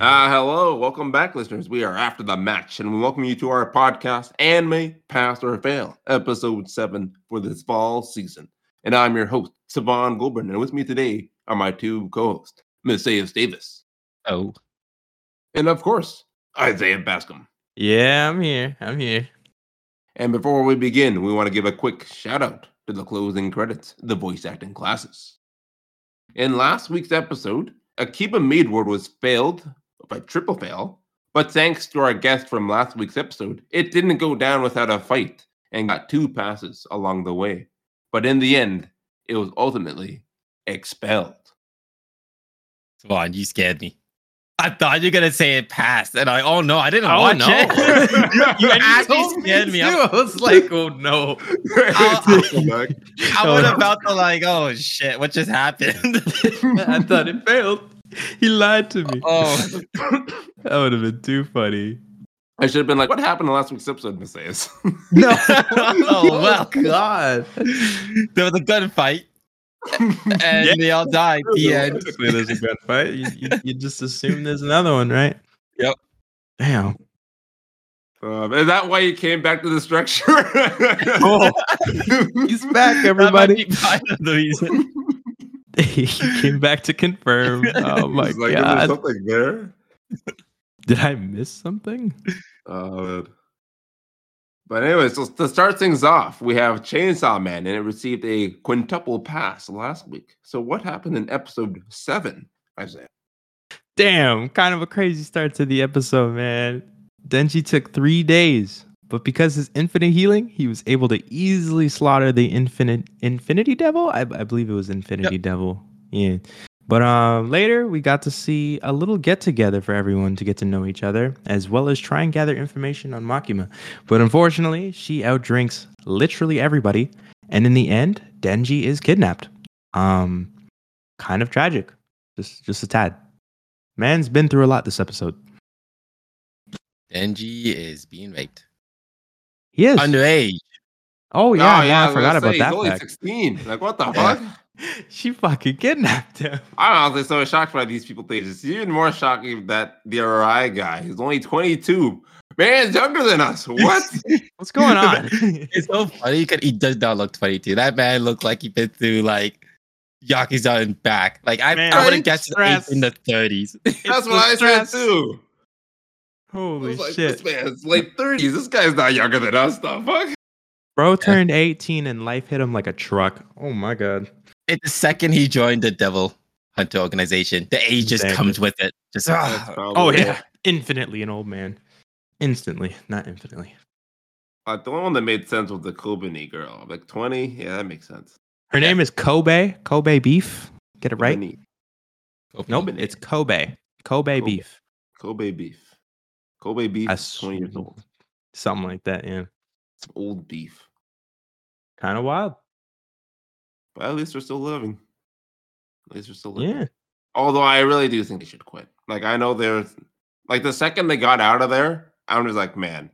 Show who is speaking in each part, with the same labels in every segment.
Speaker 1: Uh, hello, welcome back, listeners. We are after the match, and we welcome you to our podcast, Anime Pass or Fail, episode seven for this fall season. And I'm your host, Savon Goldberg, and with me today are my two co-hosts, Miss Sayers Davis,
Speaker 2: Oh.
Speaker 1: and of course Isaiah Bascom.
Speaker 2: Yeah, I'm here. I'm here.
Speaker 1: And before we begin, we want to give a quick shout out to the closing credits, the voice acting classes. In last week's episode, Akiba Meadward was failed by triple fail, but thanks to our guest from last week's episode, it didn't go down without a fight and got two passes along the way. But in the end, it was ultimately expelled.
Speaker 2: Savon, you scared me. I thought you were gonna say it passed, and I oh no, I didn't
Speaker 3: Oh,
Speaker 2: watch
Speaker 3: no.
Speaker 2: it. you
Speaker 1: told
Speaker 2: actually
Speaker 1: me
Speaker 2: scared me.
Speaker 1: to.
Speaker 2: I was like, oh no. I
Speaker 3: Oh,
Speaker 2: was
Speaker 3: no.
Speaker 2: about to like, oh shit, what just happened? I thought it failed.
Speaker 3: He lied to me.
Speaker 2: Oh,
Speaker 3: That would have been too funny.
Speaker 1: I should have been like, what happened in last week's episode, Miss Sayers?
Speaker 3: No.
Speaker 2: Oh, well.
Speaker 3: God.
Speaker 2: there was a gunfight, and they all died. The end.
Speaker 3: Typically, there's a gunfight. You, you, you just assume there's another one, right?
Speaker 2: Yep.
Speaker 3: Damn.
Speaker 1: Um, is that why you came back to the structure?
Speaker 3: He's back,
Speaker 2: That might be
Speaker 3: everybody.
Speaker 2: part of the reason.
Speaker 3: he came back to confirm. Oh my
Speaker 1: He's like, "Is there
Speaker 3: God.
Speaker 1: something there?
Speaker 3: Did I miss something?
Speaker 1: Oh, man. But anyway, so to start things off, we have Chainsaw Man, and it received a quintuple pass last week. So what happened in episode seven, Isaiah?
Speaker 3: Damn, kind of a crazy start to the episode, man. Denji took three days, but because his infinite healing, he was able to easily slaughter the infinite infinity devil. I, I believe it was infinity devil. Yeah. But um, later we got to see a little get together for everyone to get to know each other, as well as try and gather information on Makima. But unfortunately, she outdrinks literally everybody, and in the end, Denji is kidnapped. Um, kind of tragic, just just a tad. Man's been through a lot this episode.
Speaker 2: Denji is being raped.
Speaker 3: He is.
Speaker 2: Underage.
Speaker 3: oh yeah, yeah, I
Speaker 1: was
Speaker 3: forgot
Speaker 1: gonna
Speaker 3: about
Speaker 1: say,
Speaker 3: that
Speaker 1: He's only
Speaker 3: fact.
Speaker 1: sixteen. Like what the
Speaker 2: Yeah.
Speaker 1: fuck?
Speaker 3: She fucking kidnapped him.
Speaker 1: I'm honestly so shocked by these people things. It's even more shocking that the RI guy is only 22. Man's younger than us. What?
Speaker 3: What's going on?
Speaker 2: It's so funny because he does not look 22. That man looked like he been through like Yakuza and back. Like I,
Speaker 3: Man,
Speaker 2: I
Speaker 1: I'm
Speaker 2: wouldn't guess
Speaker 3: stressed.
Speaker 2: he's in the 30s.
Speaker 1: That's
Speaker 3: It's
Speaker 1: what
Speaker 3: the
Speaker 1: I
Speaker 3: stress.
Speaker 1: said too. I
Speaker 3: Holy
Speaker 1: was like,
Speaker 3: shit,
Speaker 1: This man's late thirties. This guy's not younger than us. The fuck?
Speaker 3: bro turned eighteen and life hit him like a truck. Oh my god.
Speaker 2: It's the second he joined the Devil Hunter organization. The age just
Speaker 3: Exactly.
Speaker 2: comes with it. Just
Speaker 1: That's
Speaker 2: ah.
Speaker 3: Oh
Speaker 1: probably
Speaker 3: yeah, infinitely an old man. Instantly, not infinitely.
Speaker 1: it. Uh, the only one that made sense was the Kobani girl. Like twenty. Yeah, that makes sense.
Speaker 3: Her name is Kobe. Kobe beef. Get it right?
Speaker 1: Kobani-
Speaker 3: Nope, it's Kobe. Kobe
Speaker 1: Kobe.
Speaker 3: beef.
Speaker 1: Kobe beef. Kobe beef.
Speaker 3: I
Speaker 1: is Twenty years
Speaker 3: swear.
Speaker 1: old.
Speaker 3: Something like that. Yeah,
Speaker 1: It's old beef.
Speaker 3: kind of wild.
Speaker 1: But at least they're still living. At least they're still living.
Speaker 3: Yeah.
Speaker 1: Although I really do think they should quit. Like I know there's like the second they got out of there, I'm just like, man,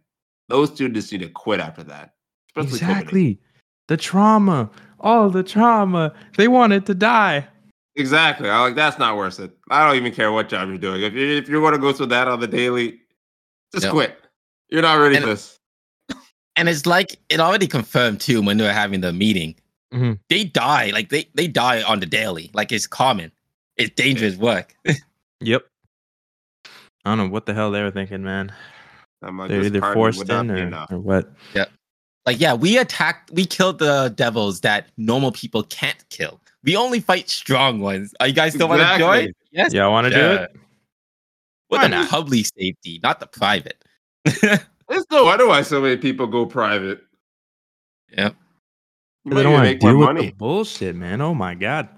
Speaker 1: those two just need to quit after that. Especially Kobani.
Speaker 3: exactly. The trauma. All the trauma. They wanted to die.
Speaker 1: Exactly. I like that's not worth it. I don't even care what job you're doing. If you if you want to go through that on the daily, just
Speaker 2: Yep.
Speaker 1: quit. You're not ready
Speaker 2: And-
Speaker 1: for this.
Speaker 2: And it's like it already confirmed too when they were having the meeting.
Speaker 3: Mhm.
Speaker 2: They die. Like they, they die on the daily. Like it's common. It's dangerous work.
Speaker 3: Yep. I don't know what the hell they were thinking, man.
Speaker 1: I'm like,
Speaker 3: They're
Speaker 1: this
Speaker 3: either
Speaker 1: pardon
Speaker 3: forced
Speaker 1: would not
Speaker 3: in
Speaker 1: be
Speaker 3: or,
Speaker 1: enough.
Speaker 3: or what.
Speaker 2: Like, yeah, we attacked, we killed the devils that normal people can't kill. We only fight strong ones. Are you guys still want to
Speaker 1: Exactly.
Speaker 2: join? Yes.
Speaker 3: Y'all want to do
Speaker 2: Yeah.
Speaker 3: it?
Speaker 2: With
Speaker 3: Why
Speaker 2: the
Speaker 3: not?
Speaker 2: public safety, not the private.
Speaker 1: It's no wonder why so many people go private.
Speaker 2: Yep.
Speaker 1: You
Speaker 3: They
Speaker 1: might
Speaker 3: don't
Speaker 1: even
Speaker 3: want to
Speaker 1: make more
Speaker 3: deal with the
Speaker 1: money.
Speaker 3: bullshit, man. Oh my god.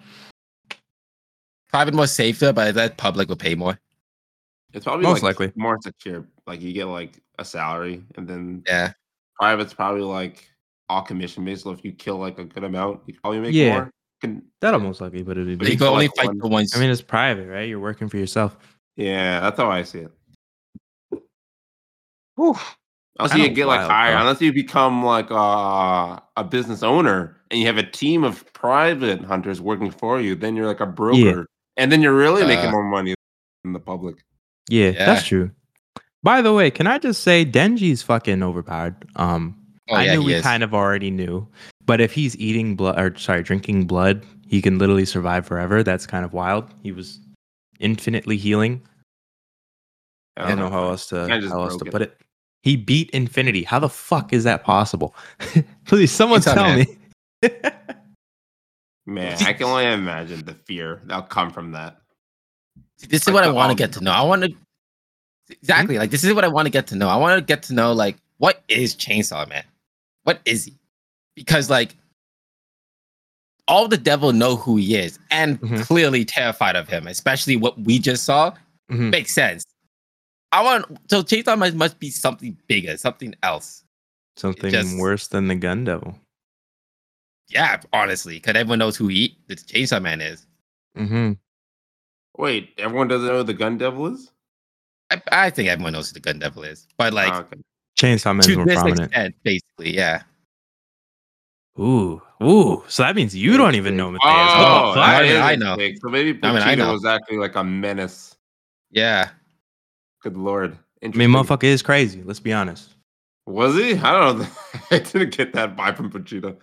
Speaker 2: Private more safer, but that public will pay more.
Speaker 1: It's probably
Speaker 3: Most
Speaker 1: like
Speaker 3: likely.
Speaker 1: more secure. Like you get like a salary, and then
Speaker 2: Yeah.
Speaker 1: private's probably like all commission based. So if you kill like a good amount, you probably make
Speaker 3: Yeah.
Speaker 1: more. Can-
Speaker 3: That'll most likely but it'd
Speaker 1: But
Speaker 3: be.
Speaker 2: They
Speaker 1: you
Speaker 2: can
Speaker 1: feel
Speaker 2: only
Speaker 1: like
Speaker 2: fight
Speaker 1: one-
Speaker 2: the ones.
Speaker 3: I mean, it's private, right? You're working for yourself.
Speaker 1: yeah, that's how I see it.
Speaker 3: Whew.
Speaker 1: Unless
Speaker 3: Kinda
Speaker 1: you get like
Speaker 3: wild,
Speaker 1: hired,
Speaker 3: though.
Speaker 1: unless you become like uh, a business owner and you have a team of private hunters working for you, then you're like a broker, and then you're really making
Speaker 2: Uh,
Speaker 1: more money than the public.
Speaker 3: Yeah,
Speaker 2: Yeah.
Speaker 3: that's true. By the way, can I just say Denji's fucking overpowered. Um,
Speaker 2: Oh,
Speaker 3: I
Speaker 2: yeah,
Speaker 3: knew
Speaker 2: he
Speaker 3: we
Speaker 2: is.
Speaker 3: kind of already knew, but if he's eating blood or sorry, drinking blood, he can literally survive forever. That's kind of wild. He was infinitely healing. I don't know how else to
Speaker 1: I just
Speaker 3: how else to
Speaker 1: broke it.
Speaker 3: put it. He beat infinity. How the fuck is that possible? Please, someone
Speaker 2: It's a
Speaker 3: tell
Speaker 2: man.
Speaker 3: me.
Speaker 1: Man, I can only imagine the fear that'll come from that.
Speaker 2: this is
Speaker 1: Like
Speaker 2: what I
Speaker 1: the
Speaker 2: want to
Speaker 1: almond.
Speaker 2: get
Speaker 3: um,
Speaker 2: to know. I want to exactly like this is what I want to get to know. I want to get to know like what is Chainsaw Man? What is he? Because like all the devil know who he is and
Speaker 3: Mhm.
Speaker 2: clearly terrified of him, especially what we just saw.
Speaker 3: Mhm.
Speaker 2: Makes sense. I want so Chainsaw Man must be something bigger, something else.
Speaker 3: Something
Speaker 2: just-
Speaker 3: worse than the gun devil.
Speaker 2: Yeah, honestly, because everyone knows who he, the Chainsaw Man is.
Speaker 3: Mm-hmm.
Speaker 1: Wait, everyone doesn't know who the gun devil is?
Speaker 2: I, I think everyone knows who the Gun Devil is, but like
Speaker 1: Ah, okay.
Speaker 3: Chainsaw Man's
Speaker 2: to
Speaker 3: Uh, more
Speaker 2: this
Speaker 3: prominent.
Speaker 2: extent, basically, yeah.
Speaker 3: Ooh, ooh. So that means you don't even know Matthias.
Speaker 1: Oh,
Speaker 3: What the fuck?
Speaker 1: that
Speaker 2: I mean,
Speaker 1: is
Speaker 2: I
Speaker 1: a
Speaker 2: know.
Speaker 1: mistake. So maybe Puccino
Speaker 2: I mean, I know.
Speaker 1: was actually like a menace.
Speaker 2: Yeah.
Speaker 1: Good lord.
Speaker 3: I mean,
Speaker 1: Interesting.
Speaker 3: motherfucker is crazy. Let's be honest.
Speaker 1: Was he? I don't know. I didn't get that vibe from Pachita.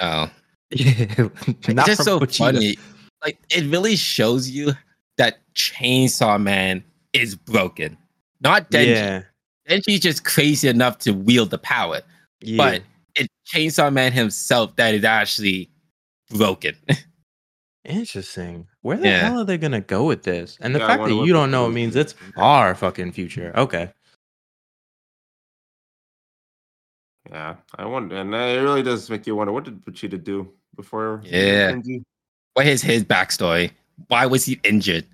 Speaker 2: No.
Speaker 3: Not
Speaker 2: it's just so
Speaker 3: from Vegeta.
Speaker 2: funny. Like it really shows you that Chainsaw Man is broken. Not Denji.
Speaker 3: Yeah,
Speaker 2: Denji's just crazy enough to wield the power.
Speaker 3: yeah.
Speaker 2: But it's Chainsaw Man himself that is actually broken.
Speaker 3: interesting. Where the
Speaker 2: Yeah.
Speaker 3: hell are they gonna go with this? And the
Speaker 1: Yeah, I
Speaker 3: fact that
Speaker 1: wonder what
Speaker 3: you don't
Speaker 1: they're
Speaker 3: know
Speaker 1: gonna
Speaker 3: means
Speaker 1: do.
Speaker 3: it's our fucking future. Okay.
Speaker 1: Yeah, I wonder. And it really does make you wonder what did Pachita do before? he
Speaker 2: Yeah.
Speaker 1: met Kenji?
Speaker 2: what is his backstory? Why was he injured?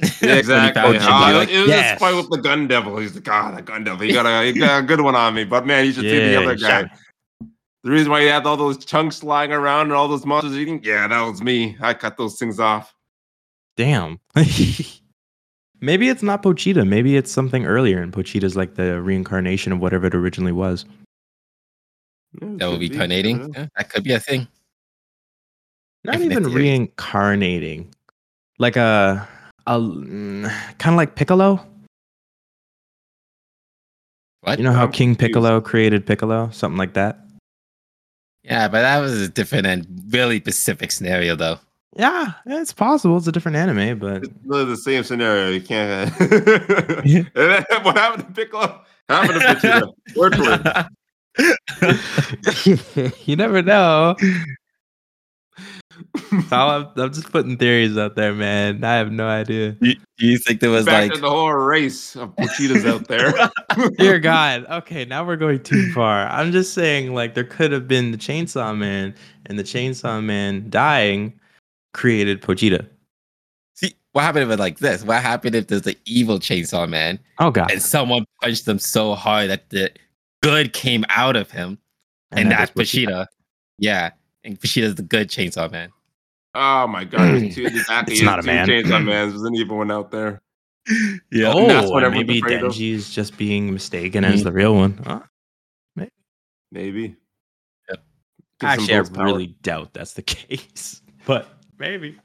Speaker 1: Yeah, exactly.
Speaker 2: found Kenji,
Speaker 1: Uh,
Speaker 2: like,
Speaker 1: it was
Speaker 3: yes.
Speaker 1: this fight with the gun devil. He's like, ah, the gun devil. He got a, he got a good one on me. But man, you should see the
Speaker 3: Yeah,
Speaker 1: other
Speaker 3: you shot
Speaker 1: guy. The reason why he had all those chunks lying around and all those monsters eating, yeah, that was me. I cut those things off.
Speaker 3: Damn. Maybe it's not Pochita. Maybe it's something earlier, and Pochita's like the reincarnation of whatever it originally was.
Speaker 2: That would be carnating. Yeah, that could be a thing.
Speaker 3: Not
Speaker 2: Infinite
Speaker 3: even
Speaker 2: theories.
Speaker 3: reincarnating, like a, a kind of like Piccolo.
Speaker 2: What?
Speaker 3: You know how
Speaker 1: I'm
Speaker 3: King
Speaker 1: confused.
Speaker 3: Piccolo created Piccolo, something like that.
Speaker 2: yeah, but that was a different and really specific scenario though.
Speaker 3: Yeah, it's possible. It's a different anime, but
Speaker 1: It's really the same scenario. You can't. And then what happened to Piccolo? Happened to Vegeta. Word for word.
Speaker 3: you never know. I'm, I'm just putting theories out there, man. I have no idea.
Speaker 2: Do you think there was
Speaker 1: Back
Speaker 2: like
Speaker 1: to the whole race of Pachitas out there.
Speaker 3: Dear God. Okay, now we're going too far. I'm just saying, like, there could have been the Chainsaw Man, and the Chainsaw Man dying created Pogita.
Speaker 2: See, what happened if it like this? What happened if there's an evil chainsaw man
Speaker 3: Oh God!
Speaker 2: and someone punched him so hard that the good came out of him and, that's
Speaker 3: was Pochita.
Speaker 2: Bushido? Yeah. And Bushido's the good chainsaw man.
Speaker 1: oh my God! There's two, exactly.
Speaker 3: It's not a man.
Speaker 1: Chainsaw man. There's an evil one out there.
Speaker 2: Yeah.
Speaker 3: Oh,
Speaker 1: And that's what
Speaker 3: and
Speaker 1: everyone's
Speaker 3: maybe
Speaker 1: afraid of. Mm.
Speaker 3: Denji's just being mistaken as the real one. Huh?
Speaker 1: Maybe. Give
Speaker 2: Yep.
Speaker 1: some
Speaker 3: Actually, I
Speaker 1: votes power.
Speaker 3: really doubt that's the case, but maybe.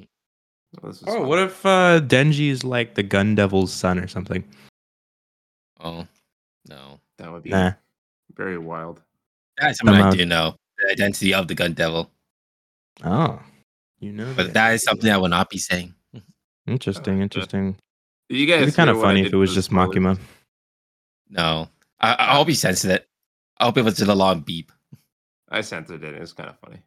Speaker 1: Oh, this is
Speaker 3: Oh,
Speaker 1: fun.
Speaker 3: what if uh, Denji is like the Gun Devil's son or something?
Speaker 2: Oh no.
Speaker 1: That would be
Speaker 3: Nah.
Speaker 1: very wild.
Speaker 2: That's something I
Speaker 3: Somehow-
Speaker 2: do know. The identity of the gun devil.
Speaker 3: Oh, you know.
Speaker 2: But that is something I will not be saying.
Speaker 3: interesting. Interesting.
Speaker 1: You
Speaker 3: It'd
Speaker 1: guys,
Speaker 3: be kind
Speaker 1: hear
Speaker 3: of
Speaker 1: what I
Speaker 3: funny if
Speaker 1: did
Speaker 3: it was
Speaker 1: for
Speaker 3: just
Speaker 1: this spoiler?
Speaker 3: Makima.
Speaker 2: No. I I'll be sensitive. I hope it was just a long beep.
Speaker 1: I censored it. It's kind of funny.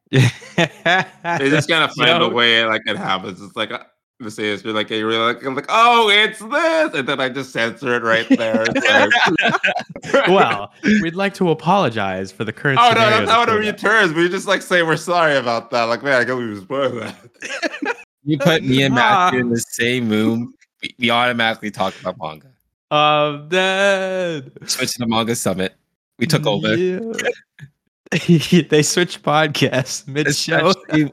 Speaker 1: It's
Speaker 3: it's
Speaker 1: just kind of funny the way like it happens. It's like uh, the same. It's like you really like, I'm like, oh, it's this, and then I just censor it right there. It's like-
Speaker 3: well, we'd like to apologize for the current.
Speaker 1: Oh no,
Speaker 3: scenario
Speaker 1: that's not
Speaker 3: that's
Speaker 1: what it
Speaker 3: going on.
Speaker 1: returns. We just like say we're sorry about that. Like, man, I can't believe we spoiled that.
Speaker 2: You put me and Matthew
Speaker 3: Ah.
Speaker 2: in the same room. We, we automatically talked about manga.
Speaker 3: I'm dead.
Speaker 2: Switched to the manga summit. We took over.
Speaker 3: Yeah. they switched podcasts mid show.
Speaker 2: especially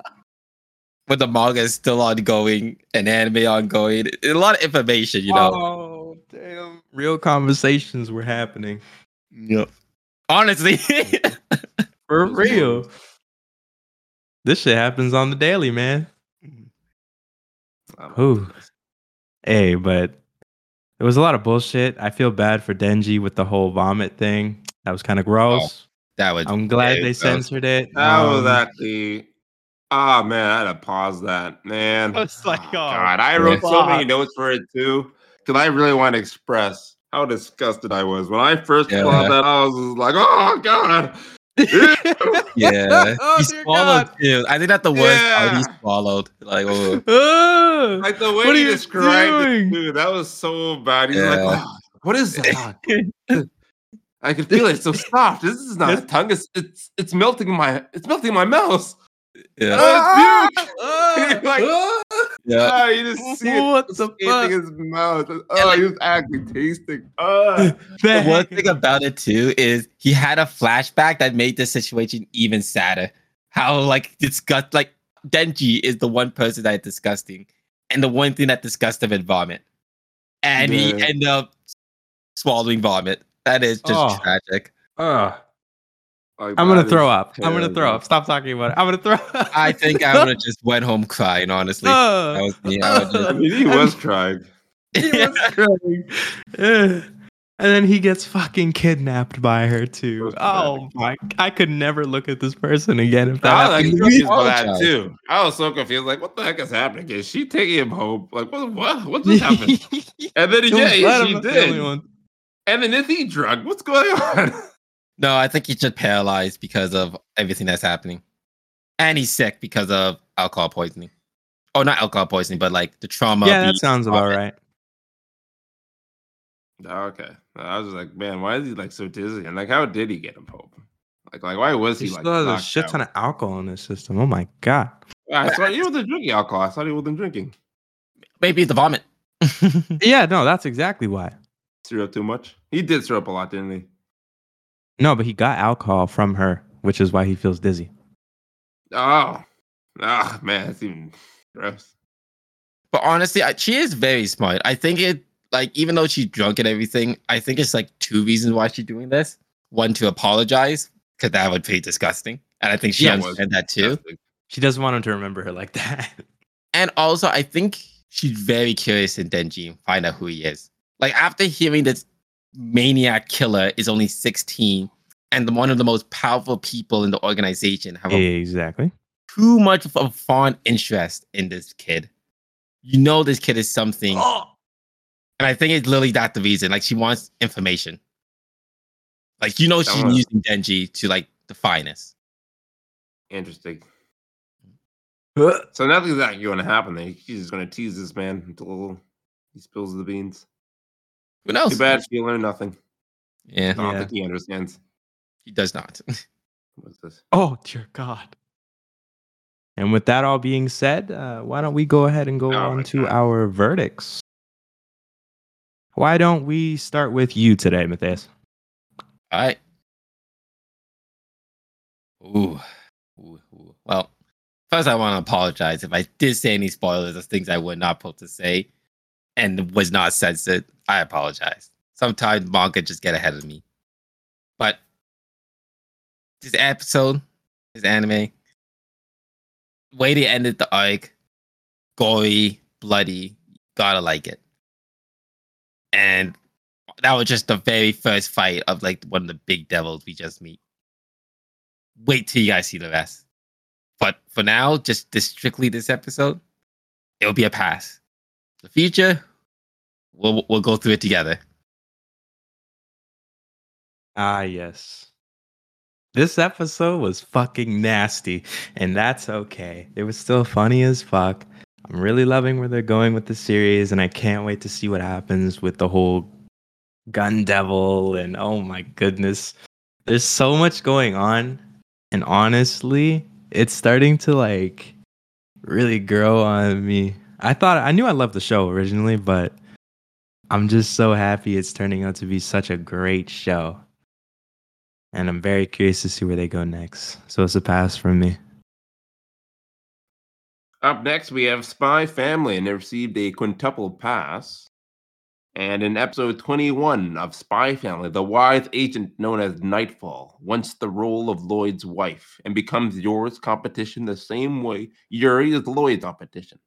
Speaker 2: when the manga is still ongoing and anime ongoing. A lot of information, you know.
Speaker 3: Oh, damn. Real conversations were happening.
Speaker 2: Yep. Honestly,
Speaker 3: For
Speaker 1: Those
Speaker 3: real. This shit happens on the daily, man.
Speaker 1: Um,
Speaker 3: Whew. Hey, but It was a lot of bullshit. I feel bad for Denji with the whole vomit thing. That was kind
Speaker 1: Oh,
Speaker 3: of gross.
Speaker 2: That would
Speaker 3: I'm glad
Speaker 2: yeah,
Speaker 3: they
Speaker 2: that was-
Speaker 3: censored it.
Speaker 1: That was
Speaker 3: Um,
Speaker 1: actually. Ah man, I had to pause that man. Ah,
Speaker 4: I was like, oh,
Speaker 1: God, I wrote so
Speaker 4: fuck.
Speaker 1: many notes for it too, because I really want to express how disgusted I was when I first
Speaker 2: Yeah.
Speaker 1: saw that. I was just like, oh God,
Speaker 2: Yeah.
Speaker 1: Oh,
Speaker 2: he
Speaker 1: dear
Speaker 2: swallowed too. I think that's the worst part he
Speaker 1: Yeah.
Speaker 2: swallowed. Like, oh,
Speaker 3: ah,
Speaker 4: Ugh.
Speaker 1: like the way
Speaker 4: What
Speaker 1: he
Speaker 4: are you
Speaker 1: described
Speaker 4: doing?
Speaker 1: it, dude. That was so bad. He's like,
Speaker 2: Yeah.
Speaker 1: "Oh, what is that? I can feel it. It's so soft. This is not a tongue. It's it's it's melting my it's melting my mouth.
Speaker 2: yeah.
Speaker 1: Ah!
Speaker 2: Uh,
Speaker 4: Ugh.
Speaker 1: like,
Speaker 2: yeah.
Speaker 1: ah, you just see it
Speaker 4: what the
Speaker 1: escaping
Speaker 4: fuck?
Speaker 1: his mouth. Oh, he was actually tasting. Ah.
Speaker 2: The
Speaker 3: the
Speaker 2: one
Speaker 3: heck?
Speaker 2: thing about it too is he had a flashback that made the situation even sadder. How like disgust like Denji is the one person that is disgusting, and the one thing that disgusts him is vomit, and he
Speaker 1: Yeah.
Speaker 2: ended up swallowing vomit. That is just
Speaker 3: Oh.
Speaker 2: tragic.
Speaker 3: Ugh.
Speaker 1: Like,
Speaker 3: Ah, I'm gonna
Speaker 1: that
Speaker 3: throw
Speaker 1: is-
Speaker 3: up. I'm gonna throw up. Stop talking about it. I'm gonna throw up. Ah.
Speaker 2: I think I would have just went home crying. Honestly, that
Speaker 3: Ugh.
Speaker 2: was me. I would've
Speaker 1: I mean, he was trying.
Speaker 2: just-
Speaker 3: Ugh. And then he gets fucking kidnapped by her too.
Speaker 1: That's
Speaker 3: Oh my! I could never look at this person again if that.
Speaker 1: I was like,
Speaker 3: happened.
Speaker 2: happened.
Speaker 1: confused by
Speaker 2: Apologize.
Speaker 1: Oh, that too. I was so confused. Like, what the heck is happening? Is she taking him home? Like, what? What? What just happened? And then, yeah,
Speaker 3: glad I'm
Speaker 1: she
Speaker 3: not the only
Speaker 1: did.
Speaker 3: one.
Speaker 1: And then is he drunk? What's going on?
Speaker 2: No, I think he's just paralyzed because of everything that's happening. And he's sick because of alcohol poisoning. Oh, not alcohol poisoning, but like the trauma.
Speaker 3: Yeah,
Speaker 2: of
Speaker 3: that
Speaker 2: the-
Speaker 3: sounds about right.
Speaker 1: Oh, okay. I was just like, man, why is he like so dizzy? And like, how did he get him home? Like, like why was he,
Speaker 3: He
Speaker 1: like?
Speaker 3: still has a shit ton of alcohol in his system. Oh my god!
Speaker 1: I thought he wasn't drinking alcohol. I thought he wasn't drinking.
Speaker 2: Maybe the vomit.
Speaker 3: Yeah, no, that's exactly why.
Speaker 1: Syrup too much. He did syrup a lot, didn't he?
Speaker 3: No, but he got alcohol from her, which is why he feels dizzy.
Speaker 1: Oh, ah, man, that's even gross.
Speaker 2: but honestly, I, she is very smart. I think it, like, even though she's drunk and everything, I think it's like two reasons why she's doing this. One, to apologize, because that would be disgusting. And I think she
Speaker 1: Yeah, it was
Speaker 2: understands that too.
Speaker 1: Disgusting.
Speaker 3: She doesn't want him to remember her like that.
Speaker 2: And also, I think she's very curious in Denji, find out who he is. Like after hearing this maniac killer is only 16 and the- one of the most powerful people in the organization have a,
Speaker 3: exactly.
Speaker 2: too much of a fond interest in this kid. You know this kid is something.
Speaker 1: Oh.
Speaker 2: And I think it's literally that the reason. Like she wants information. Like you know she's
Speaker 1: Someone-
Speaker 2: using Denji to like the finest.
Speaker 1: Interesting. So nothing's actually going to happen. There, he's just going to tease this man until he spills the beans.
Speaker 2: Who knows?
Speaker 1: Too bad she learned nothing.
Speaker 2: Yeah,
Speaker 1: I don't
Speaker 3: Yeah.
Speaker 1: think he understands.
Speaker 2: he does not.
Speaker 1: What's this?
Speaker 3: Oh dear God. And with that all being said, uh, why don't we go ahead and go
Speaker 1: Oh, my
Speaker 3: on to
Speaker 1: God.
Speaker 3: our verdicts? Why don't we start with you today, Matthias?
Speaker 2: All right. Ooh. Ooh, ooh. Well, first I want to apologize if I did say any spoilers of things I were not supposed to say and was not censored. I apologize. Sometimes manga just get ahead of me. But this episode, this anime, way they ended the arc, gory, bloody, gotta like it. And that was just the very first fight of like one of the big devils we just meet. Wait till you guys see the rest. But for now, just this, strictly this episode, it'll be a pass. The future, we'll we'll go through it together.
Speaker 3: Ah, yes. This episode was fucking nasty, and that's okay. It was still funny as fuck. I'm really loving where they're going with the series, and I can't wait to see what happens with the whole gun devil. And oh my goodness, there's so much going on. And honestly, it's starting to like really grow on me. I thought I knew I loved the show originally, but I'm just so happy it's turning out to be such a great show. And I'm very curious to see where they go next. So it's a pass from me.
Speaker 1: Up next, we have Spy Family, and they received a quintuple pass. And in episode 21 of Spy Family, the wise agent known as Nightfall wants the role of Lloyd's wife and becomes Yuri's competition the same way Yuri is Lloyd's competition.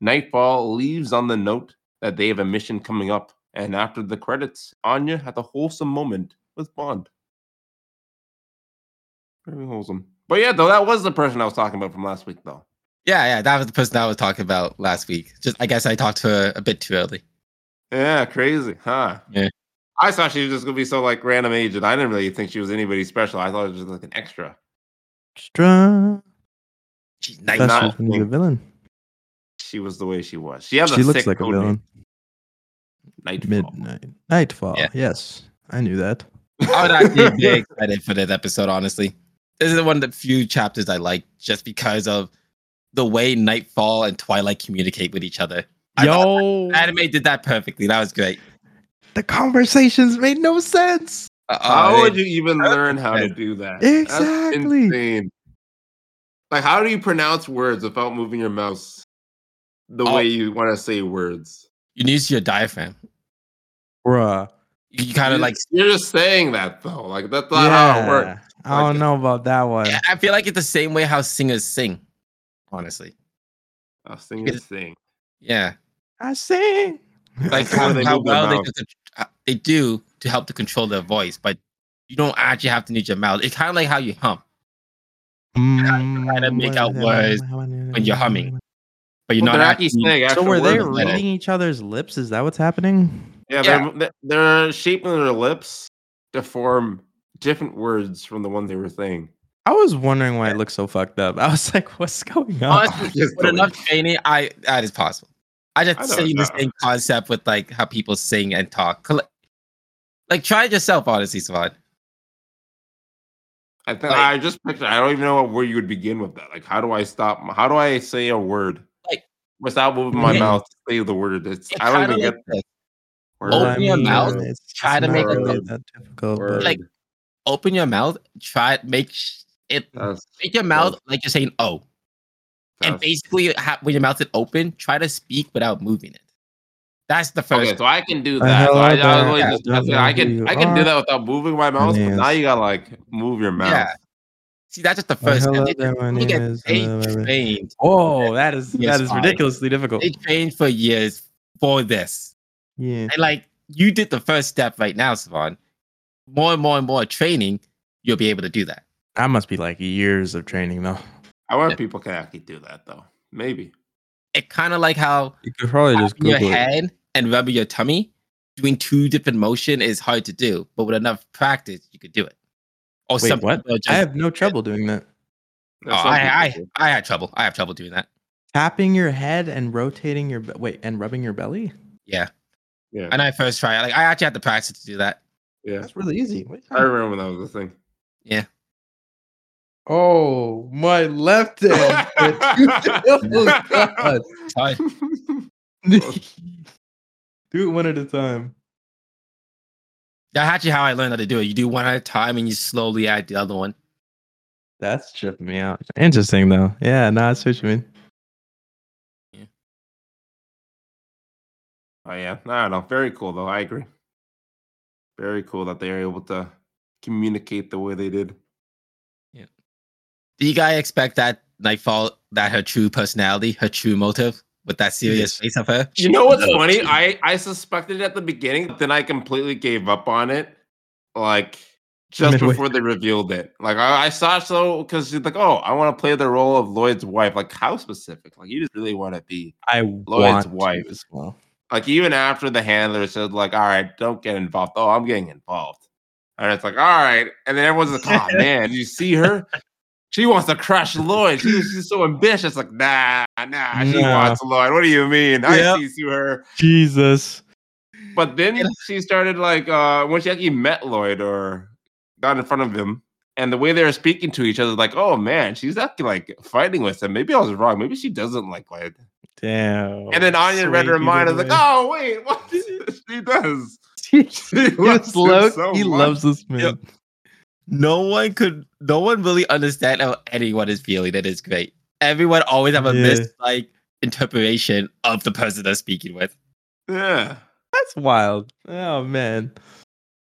Speaker 1: Nightfall leaves on the note that they have a mission coming up And after the credits, Anya had a wholesome moment with Bond. Very wholesome. But yeah, though, that was the person I was talking about from last week, though.
Speaker 2: Yeah, yeah, that was the person I was talking about last week. Just I guess I talked to her a bit too early.
Speaker 1: Yeah, crazy, huh?
Speaker 2: Yeah.
Speaker 1: I thought she was just gonna be so like random agent. I didn't really think she was anybody special. I thought it was just like an extra.
Speaker 3: Extra.
Speaker 2: She's nice.
Speaker 3: That's
Speaker 1: That's-
Speaker 3: what's gonna be a villain.
Speaker 1: She was the way she was. She has
Speaker 3: She
Speaker 1: a
Speaker 3: looks
Speaker 1: sick
Speaker 3: like a
Speaker 1: code
Speaker 3: villain.
Speaker 1: Name, Nightfall.
Speaker 3: Midnight. Nightfall.
Speaker 2: Yeah.
Speaker 3: Yes. I knew that.
Speaker 2: I would actually be excited for this episode, honestly. This is one of the few chapters I like just because of the way Nightfall and Twilight communicate with each other. I thought
Speaker 3: Yo.
Speaker 2: Anime did that perfectly. That was great.
Speaker 3: The conversations made no sense.
Speaker 2: Uh,
Speaker 1: How would you even
Speaker 2: I-
Speaker 1: learn how to do that? That's
Speaker 3: Exactly.
Speaker 1: insane. Like, how do you pronounce words without moving your mouse the
Speaker 2: Oh.
Speaker 1: way you want to say words?
Speaker 2: you use your diaphragm.
Speaker 3: Bruh.
Speaker 2: You, kind of
Speaker 1: You-
Speaker 2: like.
Speaker 1: you're just saying that though. Like that's not how it works.
Speaker 3: I
Speaker 1: Like
Speaker 3: don't
Speaker 1: it.
Speaker 3: know about that one.
Speaker 2: I feel like it's the same way how singers sing. Honestly,
Speaker 1: I was thinking
Speaker 2: Because-
Speaker 1: thing.
Speaker 2: yeah,
Speaker 3: I sing.
Speaker 2: like
Speaker 1: That's how
Speaker 2: how,
Speaker 1: they
Speaker 2: how
Speaker 1: move their
Speaker 2: well they,
Speaker 1: mouth.
Speaker 2: can, contr- they do to help to control their voice, but you don't actually have to need your mouth. It's kind of like how you hump,
Speaker 3: Mm.
Speaker 2: to make out words
Speaker 3: when
Speaker 2: you're humming. but you're
Speaker 1: Well,
Speaker 2: not
Speaker 1: they're actually
Speaker 2: actually.
Speaker 1: saying
Speaker 3: So
Speaker 1: actual
Speaker 3: were they
Speaker 1: words, though.
Speaker 3: reading each other's lips? Is that what's happening?
Speaker 1: Yeah,
Speaker 2: Yeah.
Speaker 1: They're, they're shaping their lips to form different words from the one they were saying.
Speaker 3: I was wondering why it looked so fucked up. I was like, what's going on?
Speaker 1: Honestly,
Speaker 2: Honestly,
Speaker 1: just
Speaker 2: with
Speaker 1: don't.
Speaker 2: enough training, I that is possible. I
Speaker 1: I
Speaker 2: just
Speaker 1: don't
Speaker 2: saying the
Speaker 1: know.
Speaker 2: same concept with like how people sing and talk. Colle- Like try it yourself, honestly, Savan.
Speaker 1: I think
Speaker 2: Like-
Speaker 1: I just picture. I don't even know where you would begin with that. Like, how do I stop? How do I say a word
Speaker 2: Like-
Speaker 1: without moving my
Speaker 2: Yeah.
Speaker 1: mouth? to Say the word. It's, I don't even get word.
Speaker 2: open your mouth,
Speaker 3: uh, It's,
Speaker 2: Oh, try to
Speaker 3: not
Speaker 1: make a
Speaker 3: really
Speaker 1: little
Speaker 3: that difficult.
Speaker 1: word.
Speaker 3: but-
Speaker 2: like- Open your mouth. Try it. Make sh- it.
Speaker 1: That's-
Speaker 2: Make your mouth like you're saying "oh," and
Speaker 1: that's-
Speaker 2: basically ha- when your mouth is open, try to speak without moving it. That's the first.
Speaker 1: Okay, so I can do
Speaker 3: Uh,
Speaker 1: that. So
Speaker 3: hello
Speaker 1: I, I,
Speaker 3: there.
Speaker 1: really
Speaker 3: Yeah.
Speaker 1: just- that's it. I
Speaker 3: Don't know
Speaker 1: can
Speaker 3: who
Speaker 1: I
Speaker 3: you
Speaker 1: can do
Speaker 3: are.
Speaker 1: that without moving my mouth. But now
Speaker 3: Yes.
Speaker 1: you gotta like move your mouth.
Speaker 2: Yeah. See, that's just the
Speaker 3: Well,
Speaker 2: first.
Speaker 3: hello
Speaker 2: and they,
Speaker 3: there, my
Speaker 2: they
Speaker 3: name
Speaker 2: get-
Speaker 3: is.
Speaker 2: they
Speaker 3: uh, blah, blah.
Speaker 2: trained.
Speaker 3: Whoa, that is
Speaker 2: Yes,
Speaker 3: that is
Speaker 2: fine.
Speaker 3: ridiculously difficult.
Speaker 2: They trained for years for this.
Speaker 3: Yeah.
Speaker 2: And like you did the first step right now, Savon. More and more and more training, you'll be able to do that.
Speaker 3: That must be like years of training though.
Speaker 1: I wonder
Speaker 2: Yeah.
Speaker 1: if people can actually do that though. Maybe.
Speaker 2: It kind of like how
Speaker 3: You could probably just
Speaker 2: your
Speaker 3: Google it.
Speaker 2: head and rubbing your tummy, doing two different motion is hard to do, but with enough practice, you could do it. Or
Speaker 3: Wait,
Speaker 2: some
Speaker 3: what?
Speaker 2: people Just,
Speaker 3: I have no trouble doing that.
Speaker 2: oh,
Speaker 1: Some
Speaker 2: I, I,
Speaker 1: people do.
Speaker 2: I had trouble. I have trouble doing that.
Speaker 3: Tapping your head and rotating your be- wait and rubbing your belly.
Speaker 2: Yeah.
Speaker 1: Yeah.
Speaker 2: And I first tried. Like I actually had the practice to do that.
Speaker 1: yeah.
Speaker 3: That's really easy. What are you
Speaker 1: I
Speaker 3: talking about?
Speaker 1: remember that was the thing.
Speaker 3: Oh, my left hand. Oh, God.
Speaker 2: Sorry.
Speaker 3: Do it one at a time.
Speaker 2: That's actually how I learned how to do it. You do one at a time and you slowly add the other one.
Speaker 3: That's tripping me out. Interesting though. Yeah, no, nah, that's what you mean.
Speaker 1: Oh yeah, I don't know. Very cool though. I agree. Very cool that they are able to communicate the way they did.
Speaker 2: Do you guys expect that Nightfall, that her true personality, her true motive with that serious face of her?
Speaker 1: You know what's
Speaker 2: No.
Speaker 1: funny? I I suspected it at the beginning, but then I completely gave up on it. Like just
Speaker 3: Midway.
Speaker 1: before they revealed it, like I, I saw so because she's like, "Oh, I want to play the role of Lloyd's wife." Like how specific? Like you just really want to be.
Speaker 3: I want
Speaker 1: wife.
Speaker 3: to as well.
Speaker 1: Like even after the handler said, "Like all right, don't get involved." Oh, I'm getting involved, and it's like, "All right," and then everyone's like, "Oh man, you see her? She wants to crush Lloyd. She, she's so ambitious." Like, nah, nah, she
Speaker 3: Nah.
Speaker 1: wants Lloyd. What do you mean?
Speaker 2: Yep.
Speaker 1: I see through her.
Speaker 3: Jesus.
Speaker 1: But then
Speaker 2: Yeah.
Speaker 1: she started like uh when she actually met Lloyd or got in front of him, and the way they were speaking to each other, like, oh man, she's actually like fighting with him. Maybe I was wrong. Maybe she doesn't like Lloyd.
Speaker 3: Damn.
Speaker 2: Oh,
Speaker 1: and then Anya read her mind. I was like, oh wait, what? she does. She "Oh, loves him so
Speaker 3: he
Speaker 1: much.
Speaker 3: loves this man.
Speaker 2: Yep. No one could, no one really understand how anyone is feeling. It is great. Everyone always have a
Speaker 3: Yeah.
Speaker 2: mis like interpretation of the person they're speaking with.
Speaker 1: Yeah.
Speaker 3: That's wild. Oh man.